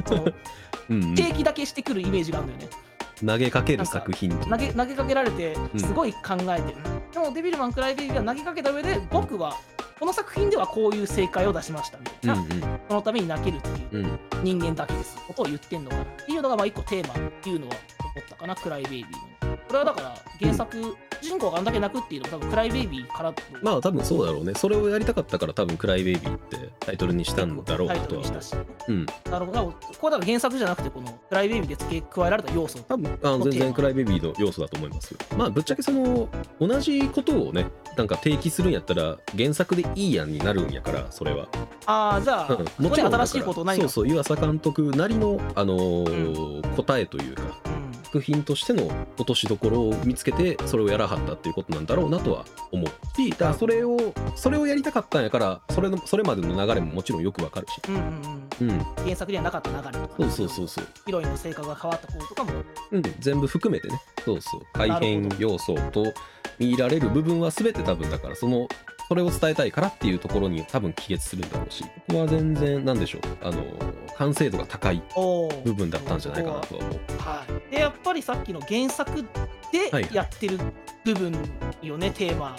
Speaker 1: その
Speaker 2: うんうん
Speaker 1: 定期だけしてくるイメージがあるんだよね
Speaker 2: 投げかける作品
Speaker 1: 投げ投げかけられて
Speaker 2: うん
Speaker 1: すごい考えてる、でもデビルマン・クライ・ベイビーは投げかけた上で僕はこの作品ではこういう正解を出しましたみたいな、そのために泣けるっていう
Speaker 2: うんうん
Speaker 1: 人間だけですことを言ってんのかなっていうのがまあ一個テーマっていうのは思ったかなクライ・ベイビーのこれはだから原作、主人公があんだけ泣くっていうのも多分クライ・ベイビーからの
Speaker 2: まあ多分そうだろうねそれをやりたかったから多分クライベイビーってタイトルにしたんだろう
Speaker 1: タ
Speaker 2: な
Speaker 1: イト
Speaker 2: と
Speaker 1: ル
Speaker 2: は
Speaker 1: にしたし、
Speaker 2: うん
Speaker 1: なるほどこれだから原作じゃなくてこの「プライベービー」で付け加えられた要素
Speaker 2: 多分あの全
Speaker 1: テー
Speaker 2: 然
Speaker 1: マ
Speaker 2: クライベビーの要素だと思いますまあぶっちゃけその同じことをねなんか提起するんやったら原作でいいやんになるんやからそれは、
Speaker 1: ああじゃあ、
Speaker 2: う
Speaker 1: こ
Speaker 2: ん
Speaker 1: こに
Speaker 2: だから
Speaker 1: 新しいことない
Speaker 2: そ
Speaker 1: の
Speaker 2: うそう湯浅監督なりの、あのー答えというか
Speaker 1: うん
Speaker 2: 作品としての落としどころを見つけてそれをやらはったっていうことなんだろうなとは思うしだからそれをそれをやりたかったんやからそれのそれまでの流れももちろんよくわかるし
Speaker 1: うんうんうん、
Speaker 2: うん
Speaker 1: 原作にはなかった流れとか、
Speaker 2: そうそうそうそう
Speaker 1: ヒロインの性格が変わったこととかも
Speaker 2: うん、全部含めてねそうそう改変要素と見入られる部分は全て多分だからそのそれを伝えたいからっていうところに多分帰結するんだろうしここは全然なんでしょうあの完成度が高い
Speaker 1: おー
Speaker 2: 部分だったんじゃないかなとは思う
Speaker 1: はい、でやっぱりさっきの原作
Speaker 2: はいはい
Speaker 1: でやってる部分よね、テーマ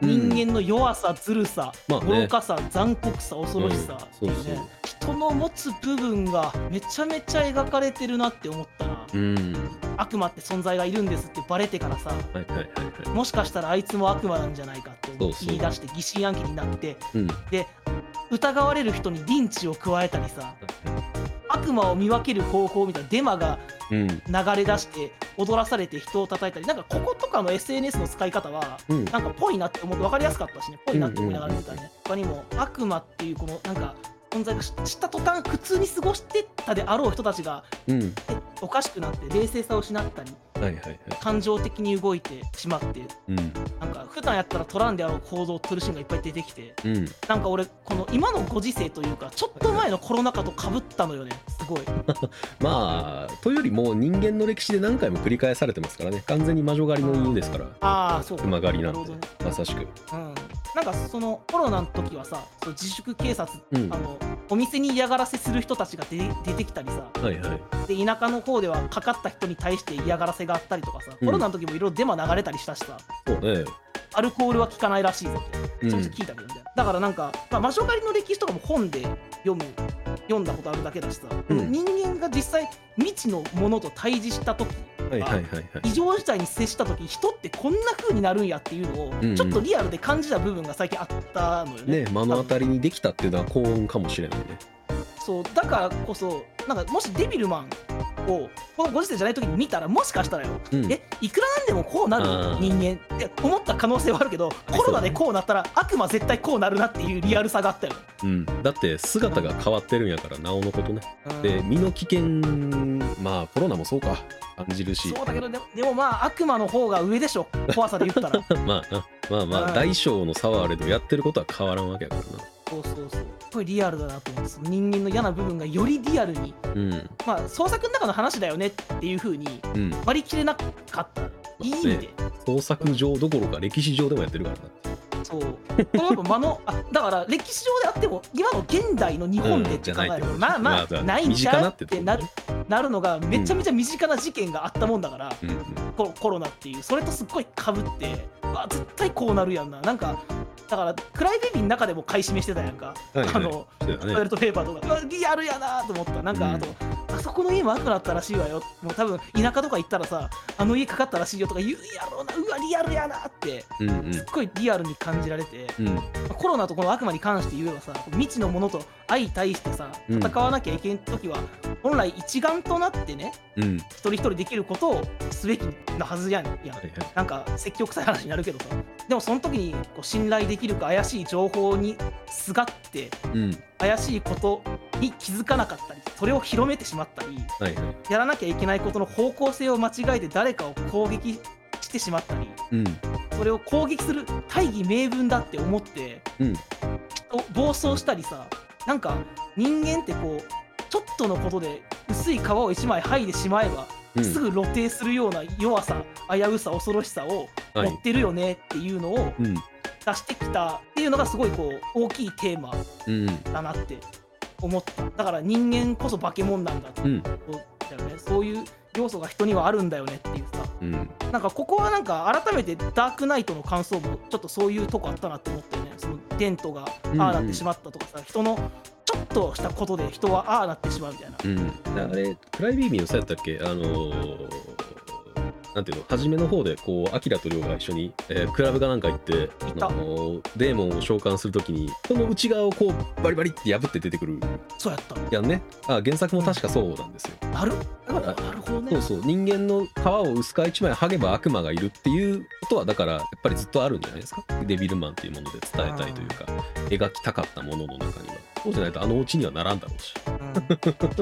Speaker 2: うん
Speaker 1: 人間の弱さずるさ、
Speaker 2: まあね
Speaker 1: 愚かさ残酷さ恐ろしさっていうね、
Speaker 2: うんそうそう
Speaker 1: 人の持つ部分がめちゃめちゃ描かれてるなって思ったら、
Speaker 2: うん
Speaker 1: 悪魔って存在がいるんですってバレてからさ
Speaker 2: はいはいはいは
Speaker 1: もしかしたらあいつも悪魔なんじゃないかって
Speaker 2: そ
Speaker 1: 思
Speaker 2: う
Speaker 1: う
Speaker 2: そう
Speaker 1: 言い出して疑心暗鬼になって
Speaker 2: いうん
Speaker 1: で疑われる人にリンチを加えたりさ悪魔を見分ける方法みたいなデマが
Speaker 2: うん
Speaker 1: 流れ出して踊らされて人を叩いたりなんかこことかの SNS の使い方は
Speaker 2: うん
Speaker 1: なんかぽいなって思って分かりやすかったしねぽいなって思いながら見てたね他にも悪魔っていうこのなんか存在が知知った途端普通に過ごしてたであろう人たちが
Speaker 2: うん
Speaker 1: えおかしくなって冷静さを失ったり
Speaker 2: はいはいはい
Speaker 1: 感情的に動いてしまって
Speaker 2: うん
Speaker 1: なんか普段やったら取らんであろう行動を取るシーンがいっぱい出てきて
Speaker 2: うん
Speaker 1: なんか俺この今のご時世というかちょっと前のコロナ禍とかぶったのよねすごい
Speaker 2: まあというよりも人間の歴史で何回も繰り返されてますからね完全に魔女狩りの犬ですから
Speaker 1: ああそうか
Speaker 2: 熊狩りな
Speaker 1: る
Speaker 2: ん
Speaker 1: ほどね
Speaker 2: てまさしく
Speaker 1: うん、なんかそのコロナの時はさその自粛警察、
Speaker 2: うん
Speaker 1: あのお店に嫌がらせする人たちが出出てきたりさ
Speaker 2: はいはい
Speaker 1: で田舎の方ではかかった人に対して嫌がらせがあったりとかさ、
Speaker 2: うん
Speaker 1: コロナの時もいろいろデマ流れたりしたしさ
Speaker 2: そうね
Speaker 1: アルコールは効かないらしいぞって
Speaker 2: う
Speaker 1: ちょっと
Speaker 2: ん
Speaker 1: 聞いたけどみたいな、だからなんか、まあ、魔女狩りの歴史とかも本で読む読んだことあるだけだしさ、
Speaker 2: うん
Speaker 1: 人間が実際未知のものと対峙した時
Speaker 2: はいはいはいはい
Speaker 1: 異常事態に接した時人ってこんな風になるんやっていうのを、
Speaker 2: んうん
Speaker 1: ちょっとリアルで感じた部分が最近あったのよね
Speaker 2: ね目の当たりにできたっていうのは幸運かもしれないね
Speaker 1: そうだからこそなんかもしデビルマンをこのご時世じゃない時に見たらもしかしたらよ、
Speaker 2: うん
Speaker 1: えいくらなんでもこうな
Speaker 2: あ
Speaker 1: る
Speaker 2: ー
Speaker 1: 人間って思った可能性はあるけどコロナでこうなったら悪魔絶対こうなるなっていうリアルさがあったよね
Speaker 2: うん、だって姿が変わってるんやからなおのことね
Speaker 1: うん
Speaker 2: で身の危険まあコロナもそうか感じるし
Speaker 1: そうだけどでもでもまあ悪魔の方が上でしょ怖さで言った ら
Speaker 2: まあまあま
Speaker 1: う
Speaker 2: あ
Speaker 1: ん
Speaker 2: 大小の差はあれどやってることは変わらんわけやか
Speaker 1: そうそうそうすごいリアルだなと思ってその人間の嫌な部分がよりリアルに
Speaker 2: らなうん
Speaker 1: まあ創作の中の話だよねっていう風に
Speaker 2: うん
Speaker 1: 割り切れなかったいい意味で
Speaker 2: 創作上どころか歴史上でもやってるからな
Speaker 1: そうこれはやっぱ間のあだから歴史上であっても今の現代の日本でって考えると、
Speaker 2: うんじゃないってこと
Speaker 1: まあま
Speaker 2: まあ
Speaker 1: あないんちゃうっ
Speaker 2: 身近
Speaker 1: て
Speaker 2: な
Speaker 1: な
Speaker 2: って
Speaker 1: るなるのがめちゃめちゃ身近な事件があったもんだから、
Speaker 2: うんうん
Speaker 1: ココロナっていうそれとすっごいかぶってうわ絶対こうなるやんななんかだからクライベビーの中でも買い占めしてたやんか、
Speaker 2: はいはい
Speaker 1: あの
Speaker 2: そうだ
Speaker 1: トイレ
Speaker 2: ね
Speaker 1: ットペーパーとかうわリアルやなと思ったなん
Speaker 2: うん
Speaker 1: かあと、あそこの家も悪くなったらしいわよもう多分田舎とか行ったらさあの家かかったらしいよとか言うやろうなうわリアルやなって
Speaker 2: うん
Speaker 1: すっごいリアルに感じられて、
Speaker 2: うんうん
Speaker 1: コロナとこの悪魔に関して言えばさ未知のものと相対してさ
Speaker 2: うん
Speaker 1: 戦わなきゃいけん時は、本来一丸となってね
Speaker 2: うん
Speaker 1: 一人一人できることをすべきなはずやんやん
Speaker 2: はいはい
Speaker 1: なんか積極臭い話になるけどさでもその時にこう信頼できるか怪しい情報にすがって
Speaker 2: うん
Speaker 1: 怪しいことに気づかなかったりそれを広めてしまったり
Speaker 2: はいはい
Speaker 1: やらなきゃいけないことの方向性を間違えて誰かを攻撃してしまったり
Speaker 2: うん
Speaker 1: それを攻撃する大義名分だって思って
Speaker 2: うん
Speaker 1: を暴走したりさなんか人間ってこうちょっとのことで薄い皮を一枚剥いでしまえば、
Speaker 2: うん
Speaker 1: すぐ露呈するような弱さ危うさ恐ろしさを
Speaker 2: は
Speaker 1: 持
Speaker 2: い
Speaker 1: ってるよねっていうのを
Speaker 2: うん
Speaker 1: 出してきたっていうのがすごいこう大きいテーマ
Speaker 2: うん
Speaker 1: だなって思っただから人間こそ化け物なんだって
Speaker 2: うん
Speaker 1: ことだよねそういう要素が人にはあるんだよねっていうさ
Speaker 2: うん
Speaker 1: なんかここはなんか改めてダークナイトの感想もちょっとそういうとこあったなって思ったよねそのデントが
Speaker 2: うん
Speaker 1: ああなってしまったとかさ、人のちょっとしたことで人はああなってしまうみたいな
Speaker 2: うん、あれ、プライビービーのさやったっけあのーなんていうの初めの方でこうアキラと亮が一緒に、えークラブかなんか行って
Speaker 1: 行った
Speaker 2: あのーデーモンを召喚するときにこの内側をこうバリバリって破って出てくる
Speaker 1: そうやったの
Speaker 2: やんねあ原作も確かそうなんですよ
Speaker 1: なる
Speaker 2: だから
Speaker 1: なるほどね
Speaker 2: そうそう人間の皮を薄皮一枚剥げば悪魔がいるっていうことはだからやっぱりずっとあるんじゃないですかデビルマンっていうもので伝えたいというか描きたかったものの中にはそうじゃないとあのオチにはならんだろうし
Speaker 1: うん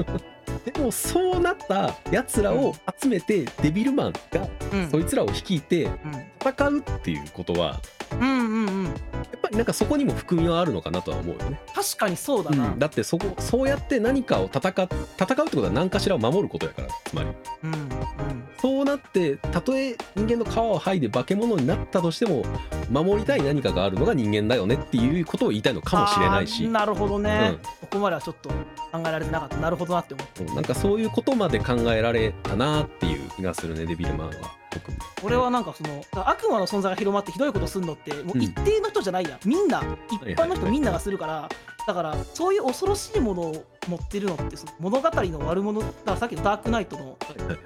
Speaker 2: でもそうなったやつらを集めてデビルマンが
Speaker 1: うん
Speaker 2: そいつらを率いて
Speaker 1: うん
Speaker 2: 戦うっていうことは
Speaker 1: うんうんうん
Speaker 2: やっぱりなんかそこにも含みはあるのかなとは思うよね、
Speaker 1: 確かにそうだな
Speaker 2: だってそこそうやって何かを戦っ戦うってことは何かしらを守ることやからつまり
Speaker 1: うんうん
Speaker 2: そうなってたとえ人間の皮を剥いで化け物になったとしても守りたい何かがあるのが人間だよねっていうことを言いたいのかもしれないし
Speaker 1: あーなるほどね
Speaker 2: うん
Speaker 1: ここまではちょっと考えられてなかったなるほどなって思った
Speaker 2: うんなんかそういうことまで考えられたなっていう気がするねデビルマンは特に
Speaker 1: 俺はなんかその悪魔の存在が広まってひどいことするのってもう一定の人じゃないや、ん、みんな一般の人みんながするから、だからそういう恐ろしいものを持ってるのってその物語の悪者だからさっきのダークナイトの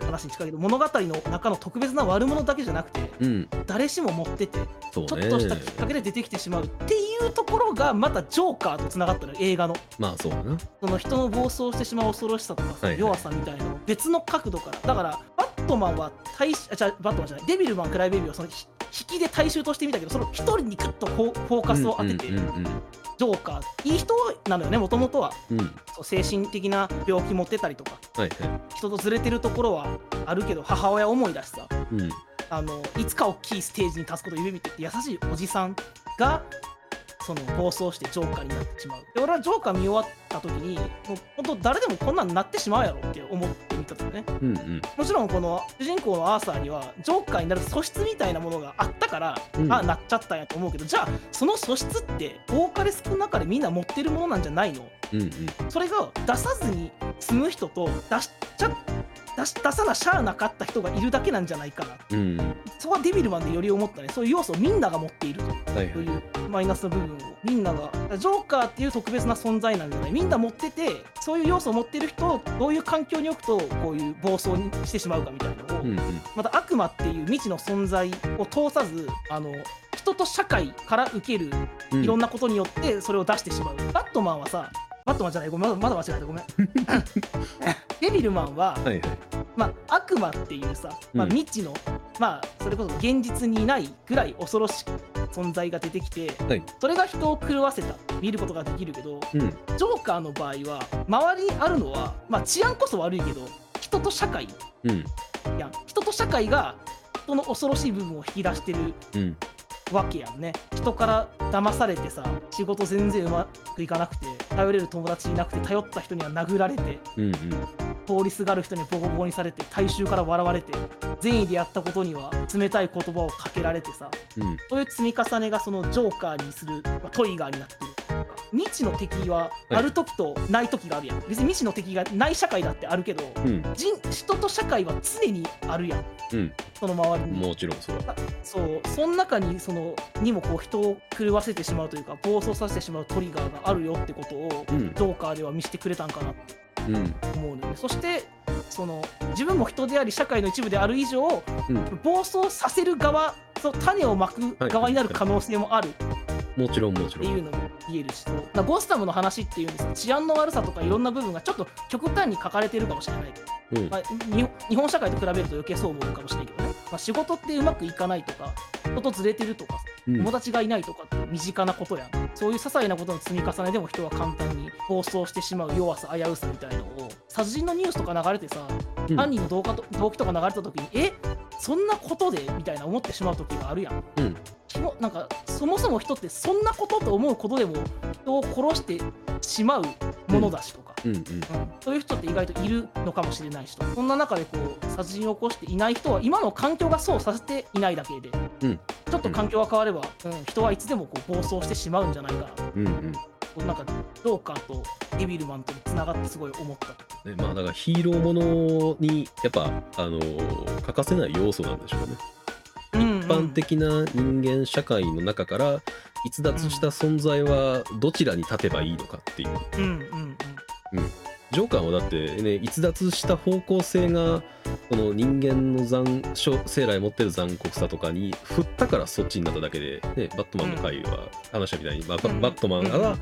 Speaker 1: 話に近いけど物語の中の特別な悪者だけじゃなくて
Speaker 2: うん
Speaker 1: 誰しも持ってて
Speaker 2: そうね
Speaker 1: ちょっとしたきっかけで出てきてしまうっていうところがまたジョーカーとつながったのよ映画の
Speaker 2: まあそうだな
Speaker 1: その人の暴走してしまう恐ろしさとか
Speaker 2: は
Speaker 1: さ
Speaker 2: いはい
Speaker 1: 弱さみたいなのを別の角度からだからバットマンは大衆あじゃあバットマンじゃないデビルマンクライベイビーはそのひ引きで大衆として見たけどその一人にグッとフォーフォーカスを当てて
Speaker 2: う
Speaker 1: ジ
Speaker 2: んうんうん
Speaker 1: ョーカーいい人なのよねもともとは
Speaker 2: うん、うん
Speaker 1: そう精神的な病気持ってたりとか
Speaker 2: はいは
Speaker 1: 人とずれてるところはあるけど母親思いだしさ
Speaker 2: い、うん、
Speaker 1: あのいつか大きいステージに立つことを夢見てって優しいおじさんがその暴走してジョーカーになってしまうで俺はジョーカー見終わった時にもう本当誰でもこんなんなってしまうやろって思って見たとね
Speaker 2: うんうん
Speaker 1: もちろんこの主人公のアーサーにはジョーカーになる素質みたいなものがあったから、
Speaker 2: うん
Speaker 1: ああなっちゃったんやと思うけどじゃあその素質って多かれ少なかれみんな持ってるものなんじゃないの
Speaker 2: うんうん
Speaker 1: それが出さずに済む人と出しちゃ出し出さなしゃあなかった人がいるだけなんじゃないかな
Speaker 2: うんうん
Speaker 1: そこはデビルマンでより思ったねそういう要素をみんなが持っている
Speaker 2: はい
Speaker 1: と
Speaker 2: はいいう
Speaker 1: マイナスの部分をみんながジョーカーっていう特別な存在なんじゃないみんな持っててそういう要素を持ってる人をどういう環境に置くとこういう暴走にしてしまうかみたいなのを、
Speaker 2: うんうん
Speaker 1: また悪魔っていう未知の存在を通さずあの人と社会から受ける
Speaker 2: うん
Speaker 1: いろんなことによってそれを出してしまう、バットマンはさバットマンじゃないごめんまだまだ間違えたご めんデビルマンは
Speaker 2: はいはい
Speaker 1: まあ、悪魔っていうさ、まあ、
Speaker 2: うん
Speaker 1: 未知の、まあ、それこそ現実にいないぐらい恐ろしい存在が出てきて、
Speaker 2: はい
Speaker 1: それが人を狂わせた見ることができるけど
Speaker 2: うん
Speaker 1: ジョーカーの場合は周りにあるのは、まあ、治安こそ悪いけど人と社会
Speaker 2: うん
Speaker 1: やん人と社会が人の恐ろしい部分を引き出してる
Speaker 2: うん
Speaker 1: わけやんね人から騙されてさ仕事全然うまくいかなくて頼れる友達いなくて頼った人には殴られて
Speaker 2: うん
Speaker 1: 通りすがる人にボコボコにされて大衆から笑われて善意でやったことには冷たい言葉をかけられてさ
Speaker 2: うん
Speaker 1: そういう積み重ねがそのジョーカーにする、まあトリガーになってる未知の敵はある時とない時があるやん、別に未知の敵がない社会だってあるけど
Speaker 2: うん
Speaker 1: 人人と社会は常にあるやん
Speaker 2: うん
Speaker 1: その周り
Speaker 2: うん
Speaker 1: に
Speaker 2: もちろんそうだ
Speaker 1: そうその中にそのにもこう人を狂わせてしまうというか暴走させてしまうトリガーがあるよってことを
Speaker 2: うん
Speaker 1: ジョーカーでは見せてくれたんかなって
Speaker 2: うん
Speaker 1: 思うのよねそしてその自分も人であり社会の一部である以上
Speaker 2: うん
Speaker 1: 暴走させる側その種をまく側になる可能性もあるっ
Speaker 2: もちろんもち
Speaker 1: て
Speaker 2: ろ
Speaker 1: い
Speaker 2: ん
Speaker 1: うのも言えるしそうだからゴスタムの話っていうんです治安の悪さとかいろんな部分がちょっと極端に書かれてるかもしれないけど、
Speaker 2: うん
Speaker 1: まあ、日本日本社会と比べると余計そう思うかもしれないけどね、まあ、仕事ってうまくいかないとか人とずれてるとか
Speaker 2: うん
Speaker 1: 友達がいないとかって身近なことやんそういう些細なことの積み重ねでも人は簡単に暴走してしまう弱さ危うさみたいのを殺人のニュースとか流れてさ、
Speaker 2: うん
Speaker 1: 犯人の動画と動機とか流れた時にえそんなことでみたいな思ってしまう時があるやん
Speaker 2: うん
Speaker 1: きもなんかそもそも人ってそんなことと思うことでも人を殺してしまうものだしとか、
Speaker 2: うんうん
Speaker 1: うんそういう人って意外といるのかもしれないしとそんな中でこう殺人を起こしていない人は今の環境がそうさせていないだけで、
Speaker 2: うん
Speaker 1: ちょっと環境が変われば、うん人はいつでもこう暴走してしまうんじゃないかなこ
Speaker 2: うんうん
Speaker 1: うなんかジョーカーとデビルマンとつながってすごい思ったと
Speaker 2: ねまあだからヒーローものにやっぱあのー欠かせない要素なんでしょうね
Speaker 1: 一
Speaker 2: 一般的な人間社会の中から逸脱した存在はどちらに立てばいいのかっていう
Speaker 1: うんうんうん
Speaker 2: ジョーカーはだって、ね、逸脱した方向性がこの人間の残生生来持ってる残酷さとかに振ったからそっちになっただけで、ね、バットマンの回は話したみたいに、まあバ
Speaker 1: うん
Speaker 2: バットマンが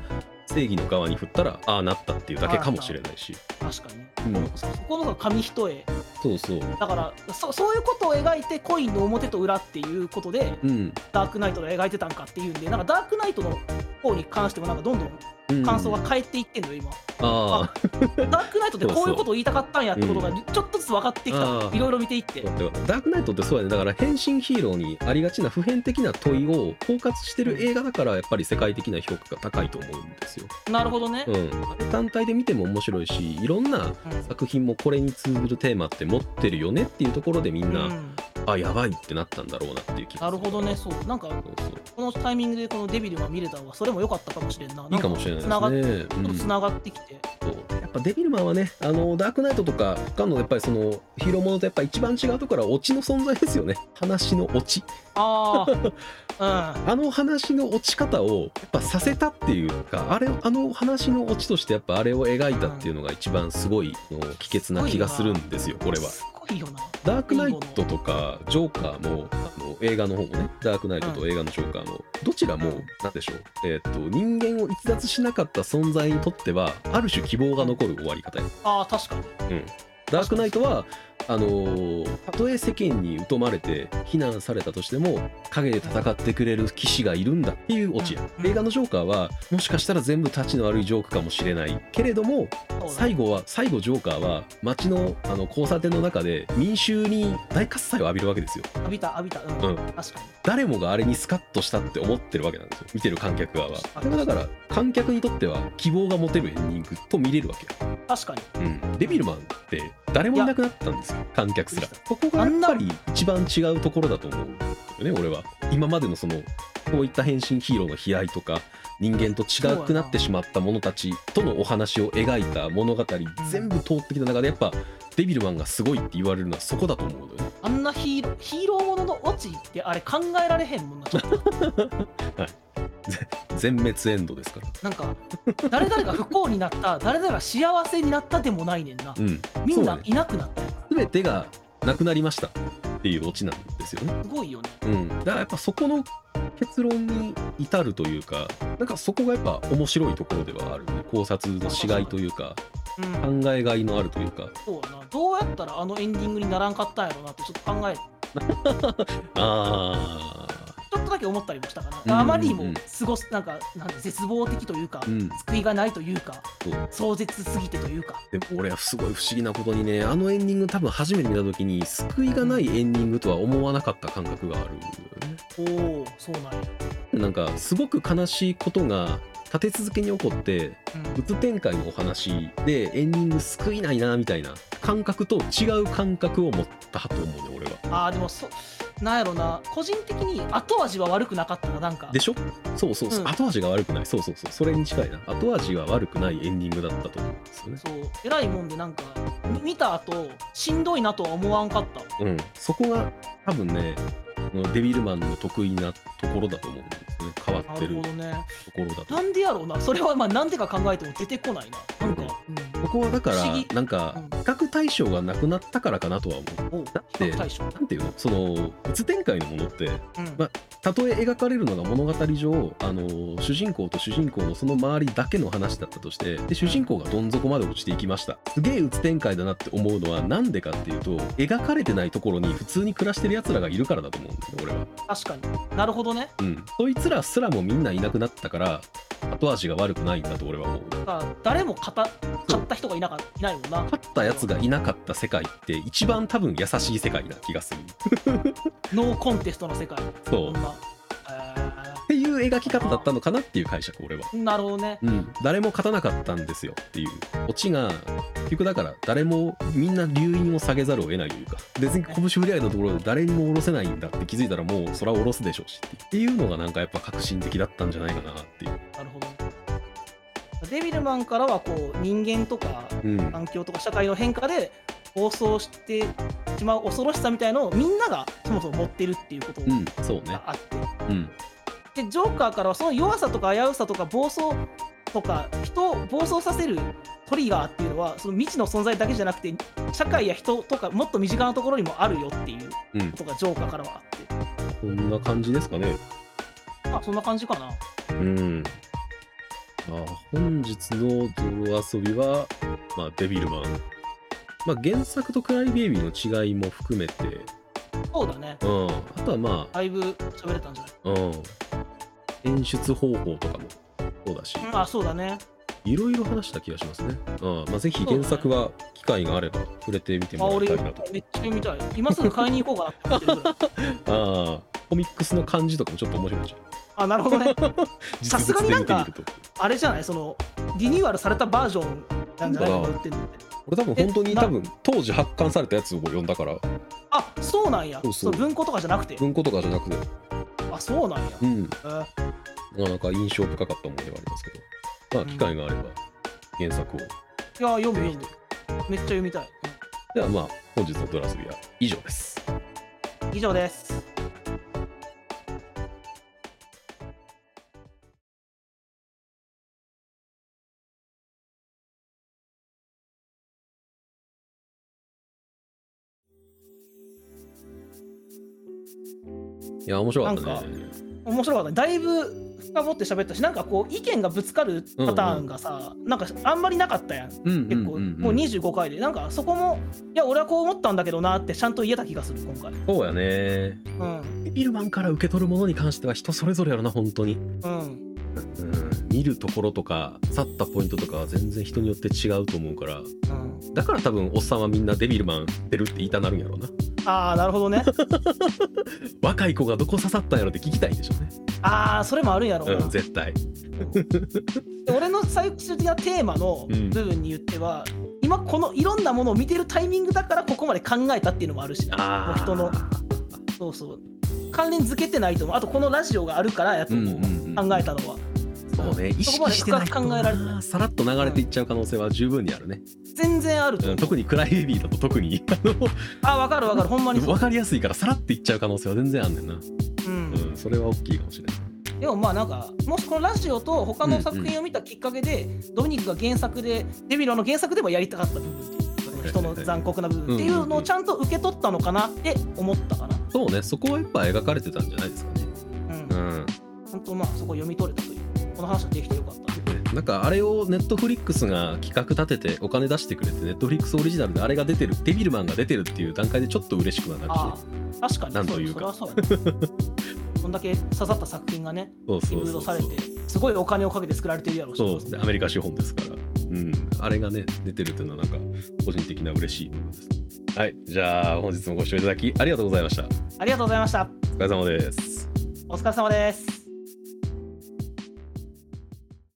Speaker 2: 正義の側に振ったらああなったっていうだけかもしれないし、
Speaker 1: 確かに
Speaker 2: うん、
Speaker 1: そそこのが紙一重
Speaker 2: そうそう、
Speaker 1: だからそそういうことを描いてコインの表と裏っていうことで
Speaker 2: うん
Speaker 1: ダークナイトが描いてたんかっていうんでなんかダークナイトの方に関してもなんかどんどん
Speaker 2: うん、
Speaker 1: 感想が変えていってんのよ今、
Speaker 2: ああ
Speaker 1: ダークナイトってこういうことを言いたかったんやってことがちょっとずつ分かってき
Speaker 2: あ
Speaker 1: た
Speaker 2: ー
Speaker 1: いろいろ見ていって
Speaker 2: だってダークナイトってそうやねだから変身ヒーローにありがちな普遍的な問いを包括してる映画だからやっぱり世界的な評価が高いと思うんですよ、
Speaker 1: なるほどね
Speaker 2: う、ん、あれ単体で見ても面白いしいろんな
Speaker 1: うん
Speaker 2: 作品もこれに通ずるテーマって持ってるよねっていうところでみんな、
Speaker 1: うん
Speaker 2: あやばいってなったんだろうなっていう気
Speaker 1: な
Speaker 2: がす
Speaker 1: る
Speaker 2: る
Speaker 1: ほどねそうなんか
Speaker 2: そうそう
Speaker 1: このタイミングでこのデビルが見れたのはそれも良かったかもしれんない
Speaker 2: いかもしれ
Speaker 1: つなが
Speaker 2: な
Speaker 1: っ
Speaker 2: い
Speaker 1: ち
Speaker 2: です
Speaker 1: ょっ
Speaker 2: ね、う
Speaker 1: と
Speaker 2: ん
Speaker 1: つながってきて、
Speaker 2: そうやっぱデビルマンはねあのダークナイトとか他のやっぱりそのヒーローものとやっぱ一番違うところはオチの存在ですよね話のオチ
Speaker 1: あ あ
Speaker 2: あの話の落ち方をやっぱさせたっていうかあれあの話の落ちとしてやっぱあれを描いたっていうのが一番すごいの帰結な気がするんですよこ
Speaker 1: うん
Speaker 2: れは。
Speaker 1: すごいよな
Speaker 2: ダークナイトとかジョーカーもあの映画の方もねダークナイトと映画のジョーカーもどちらも
Speaker 1: うん
Speaker 2: 何でしょう、えー、と人間を逸脱しなかった存在にとってはある種希望が残る終わり方や
Speaker 1: ああ確かに
Speaker 2: ダークナイトはあのーたとえ世間に疎まれて非難されたとしても陰で戦ってくれる騎士がいるんだっていうオチや
Speaker 1: うん
Speaker 2: 映画のジョーカーはもしかしたら全部タチの悪いジョークかもしれないけれども
Speaker 1: そうだね
Speaker 2: 最後は最後ジョーカーは街のあの交差点の中で民衆に大喝采を浴びるわけですよ
Speaker 1: 浴びた浴びたうん、
Speaker 2: うん
Speaker 1: 確かに
Speaker 2: 誰もがあれにスカッとしたって思ってるわけなんですよ見てる観客側は
Speaker 1: あ
Speaker 2: でもだから観客にとっては希望が持てるエンディングと見れるわけよ
Speaker 1: 確かに
Speaker 2: うん、デビルマンって誰もいなくなったんですよ観客すらそこがやっぱり一番違うところだと思うよね俺は今までのそのこういった変身ヒーローの悲哀とか人間と違くなってしまった者たちとのお話を描いた物語全部通ってきた中でやっぱデビルマンがすごいって言われるのはそこだと思うのよね
Speaker 1: あんなヒーヒーローもののオチってあれ考えられへんもんなちょっと
Speaker 2: 全滅エンドですから
Speaker 1: なんか誰々が不幸になった誰々が幸せになったでもないねんな
Speaker 2: うん
Speaker 1: みんな
Speaker 2: そうね
Speaker 1: いなくなったよ
Speaker 2: 全てがなくなりましたっていうオチなんですよね
Speaker 1: すごいよね
Speaker 2: うん、だからやっぱそこの結論に至るというかなんかそこがやっぱ面白いところではあるね考察のしがいというか
Speaker 1: うん
Speaker 2: 考えがいのあるというか
Speaker 1: そうやなどうやったらあのエンディングにならんかったんやろうなってちょっと考えち
Speaker 2: あ
Speaker 1: ょっとだけ思ったりもしたか
Speaker 2: うんうん
Speaker 1: なあまりにもすごすなんかなんて絶望的というか
Speaker 2: ーうん
Speaker 1: 救いがないというか
Speaker 2: そう
Speaker 1: 壮絶すぎてというか
Speaker 2: でも俺はすごい不思議なことにねあのエンディング多分初めて見た時に救いがないエンディングとは思わなかった感覚があるんだよね
Speaker 1: おおそうなんや、
Speaker 2: なんかすごく悲しいことが立て続けに起こって
Speaker 1: うん
Speaker 2: うつ展開のお話でエンディング救いないなみたいな感覚と違う感覚を持ったと思うね俺は。
Speaker 1: あーでもそなんやろな個人的に後味は悪くなかったななんか
Speaker 2: でしょそうそうそう、
Speaker 1: うん
Speaker 2: 後味が悪くないそうそうそうそれに近いな後味が悪くないエンディングだったと思うんですよね
Speaker 1: そう偉いもんでなんかみ見た後しんどいなとは思わんかった
Speaker 2: うんそこが多分ねこのデビルマンの得意なところだと思うんですよね変わ
Speaker 1: な
Speaker 2: って
Speaker 1: る
Speaker 2: る
Speaker 1: ほ
Speaker 2: と
Speaker 1: どね
Speaker 2: ころだと
Speaker 1: なんでやろうなそれはまあなんでか考えても出てこないななんか、
Speaker 2: ここはだか
Speaker 1: 不思議
Speaker 2: らなんか
Speaker 1: うん
Speaker 2: 比較対象がなくなったからかなとは思う
Speaker 1: うん、おう
Speaker 2: だっ
Speaker 1: 比
Speaker 2: て
Speaker 1: 較対象、うん
Speaker 2: なんていうのそのうつ展開のものってたとえ描かれるのが物語上あの主人公と主人公のその周りだけの話だったとしてで主人公がどん底まで落ちていきましたすげえうつ展開だなって思うのはなんでかっていうと描かれてないところに普通に暮らしてる奴らがいるからだと思うんだよね俺は
Speaker 1: 確かになるほどね
Speaker 2: うんそいつらすらもみんないなくなったから後味が悪くないんだと俺は思う
Speaker 1: だから誰も買った買った人がいなかいないもんな
Speaker 2: 勝った奴がいなかった世界って一番多分優しい世界な気がする
Speaker 1: ノーコンテストの世界
Speaker 2: そう
Speaker 1: こん
Speaker 2: っ
Speaker 1: なえ
Speaker 2: ていう描き方だったのかなっていう解釈俺は
Speaker 1: ーなるほどね
Speaker 2: うん、誰も勝たなかったんですよっていうオチが結局だから誰もみんな留飲を下げざるを得ないというか別に拳振り合いのところで誰にも下ろせないんだって気づいたらもうそれは下ろすでしょうしっていうのがなんかやっぱ革新的だったんじゃないかなっていう、
Speaker 1: なるほどねデビルマンからはこう人間とか
Speaker 2: うん、
Speaker 1: 環境とか社会の変化で暴走してしまう恐ろしさみたいのをみんながそもそも持ってるっていうこと
Speaker 2: うんそうね
Speaker 1: があって、
Speaker 2: うん
Speaker 1: でジョーカーからはその弱さとか危うさとか暴走とか人を暴走させるトリガーっていうのはその未知の存在だけじゃなくて社会や人とかもっと身近なところにもあるよっていう
Speaker 2: うん
Speaker 1: ことがジョーカーからはあって
Speaker 2: こんな感じですかね。
Speaker 1: まあそんな感じかな
Speaker 2: うん。まあ、本日の泥遊びは、まあ、デビルマン。まあ、原作とクライベイビーの違いも含めて、
Speaker 1: そうだね
Speaker 2: うん。あとはまあ、
Speaker 1: だいぶ喋れたんじゃない
Speaker 2: うん。演出方法とかもそうだし、
Speaker 1: うんあそうだね
Speaker 2: いろいろ話した気がしますね。うん。まあ、ぜひ原作は機会があれば触れてみて
Speaker 1: あ
Speaker 2: もら
Speaker 1: 俺
Speaker 2: いたいなと。
Speaker 1: めっちゃ見たい今すぐ買いに行こうかなって思ってるぐらい
Speaker 2: ああ、コミックスの感じとかもちょっと面白いじゃん。
Speaker 1: あなるほどねさ
Speaker 2: 実物
Speaker 1: すがに
Speaker 2: で
Speaker 1: なん
Speaker 2: 見て
Speaker 1: か
Speaker 2: みると。
Speaker 1: あれじゃないそのリニューアルされたバージョンなんじゃないの
Speaker 2: あー
Speaker 1: 売ってるのって
Speaker 2: 俺多分本当に
Speaker 1: えな
Speaker 2: 多分当時発刊されたやつを読んだから
Speaker 1: あそうなんや
Speaker 2: そうそう
Speaker 1: その文庫とかじゃなくて
Speaker 2: 文庫とかじゃなくて
Speaker 1: あそうなんや、
Speaker 2: う
Speaker 1: え
Speaker 2: ん
Speaker 1: ー
Speaker 2: なかなか印象深かったものではありますけど、まあ、
Speaker 1: うん
Speaker 2: 機会があれば原作
Speaker 1: い
Speaker 2: を。
Speaker 1: や読む読むめっちゃ読みたい、
Speaker 2: では、まあ、本日のドラスビは以上です。
Speaker 1: うん以上です
Speaker 2: いや、面白かっ
Speaker 1: な
Speaker 2: た
Speaker 1: ん
Speaker 2: ね。
Speaker 1: 面白かっただいぶ深掘って喋ったしなんかこう意見がぶつかるパターンがさ、なんかあんまりなかったやん
Speaker 2: うん
Speaker 1: 結構、もう25回でなんかそこもいや俺はこう思ったんだけどなってちゃんと言えた気がする今回
Speaker 2: そうやね。
Speaker 1: う
Speaker 2: ビルマンから受け取るものに関しては人それぞれやろな、本当に。
Speaker 1: んうん
Speaker 2: うん、見るところとか、去ったポイントとかは全然人によって違うと思うから、
Speaker 1: うん
Speaker 2: だから多分、おっさんはみんなデビルマン出るって言いたなるんやろうな。
Speaker 1: ああなるほど ね
Speaker 2: 若い子がどこ刺さったんやろって聞きたいんでしょうね。
Speaker 1: ああそれもあるんやろうな、
Speaker 2: うん、絶対。
Speaker 1: で俺の最終的なテーマの
Speaker 2: うん
Speaker 1: 部分に言っては、今このいろんなものを見てるタイミングだからここまで考えたっていうのもあるし
Speaker 2: ああ。
Speaker 1: 人のそうそう関連づけてないと思うあとこのラジオがあるからやと
Speaker 2: う
Speaker 1: 思
Speaker 2: ん
Speaker 1: う、
Speaker 2: うんうん、
Speaker 1: 考えたのは
Speaker 2: そうね、意
Speaker 1: そこまで
Speaker 2: 識してない
Speaker 1: 深
Speaker 2: と
Speaker 1: く考えられない
Speaker 2: さらっと流れていっちゃう可能性は十分にあるね、
Speaker 1: 全然あると
Speaker 2: う
Speaker 1: 思
Speaker 2: ん
Speaker 1: う、
Speaker 2: 特にクライベイビーだと特 に
Speaker 1: あ分かる分かるほんまにそう
Speaker 2: 分かりやすいからさらっていっちゃう可能性は全然あんねんな、
Speaker 1: うん
Speaker 2: うん、それは大きいかもしれない
Speaker 1: でもまあなんかもしこのラジオと他の作品を見たきっかけで、ドミニクが原作でデビロの原作でもやりたかった部分っていうその人の残酷な部分っていうのをちゃんと受け取ったのかなって思ったかな
Speaker 2: そうねそこはやっぱ描かれてたんじゃないですかね
Speaker 1: うん
Speaker 2: うん
Speaker 1: 本当まあそこ読み取れたというこの話はできてよかった
Speaker 2: なんかあれをネットフリックスが企画立ててお金出してくれてネットフリックスオリジナルであれが出てるデビルマンが出てるっていう段階でちょっと嬉しくはな
Speaker 1: あ
Speaker 2: るしね
Speaker 1: あ確かに
Speaker 2: なんというか
Speaker 1: そうそれはそうやこんだけ刺さった作品がね
Speaker 2: そう
Speaker 1: リ
Speaker 2: そ
Speaker 1: ブ
Speaker 2: う
Speaker 1: ー
Speaker 2: そ
Speaker 1: ト
Speaker 2: う
Speaker 1: さ
Speaker 2: そ
Speaker 1: れ
Speaker 2: う
Speaker 1: てすごいお金をかけて作られてるやろうし
Speaker 2: そうですねアメリカ資本ですから、うん、あれがね出てるっていうのはなんか個人的な嬉しい部分ですはいじゃあ本日もご視聴いただきありがとうございました
Speaker 1: ありがとうございました
Speaker 2: お疲れ様です
Speaker 1: お疲れ様です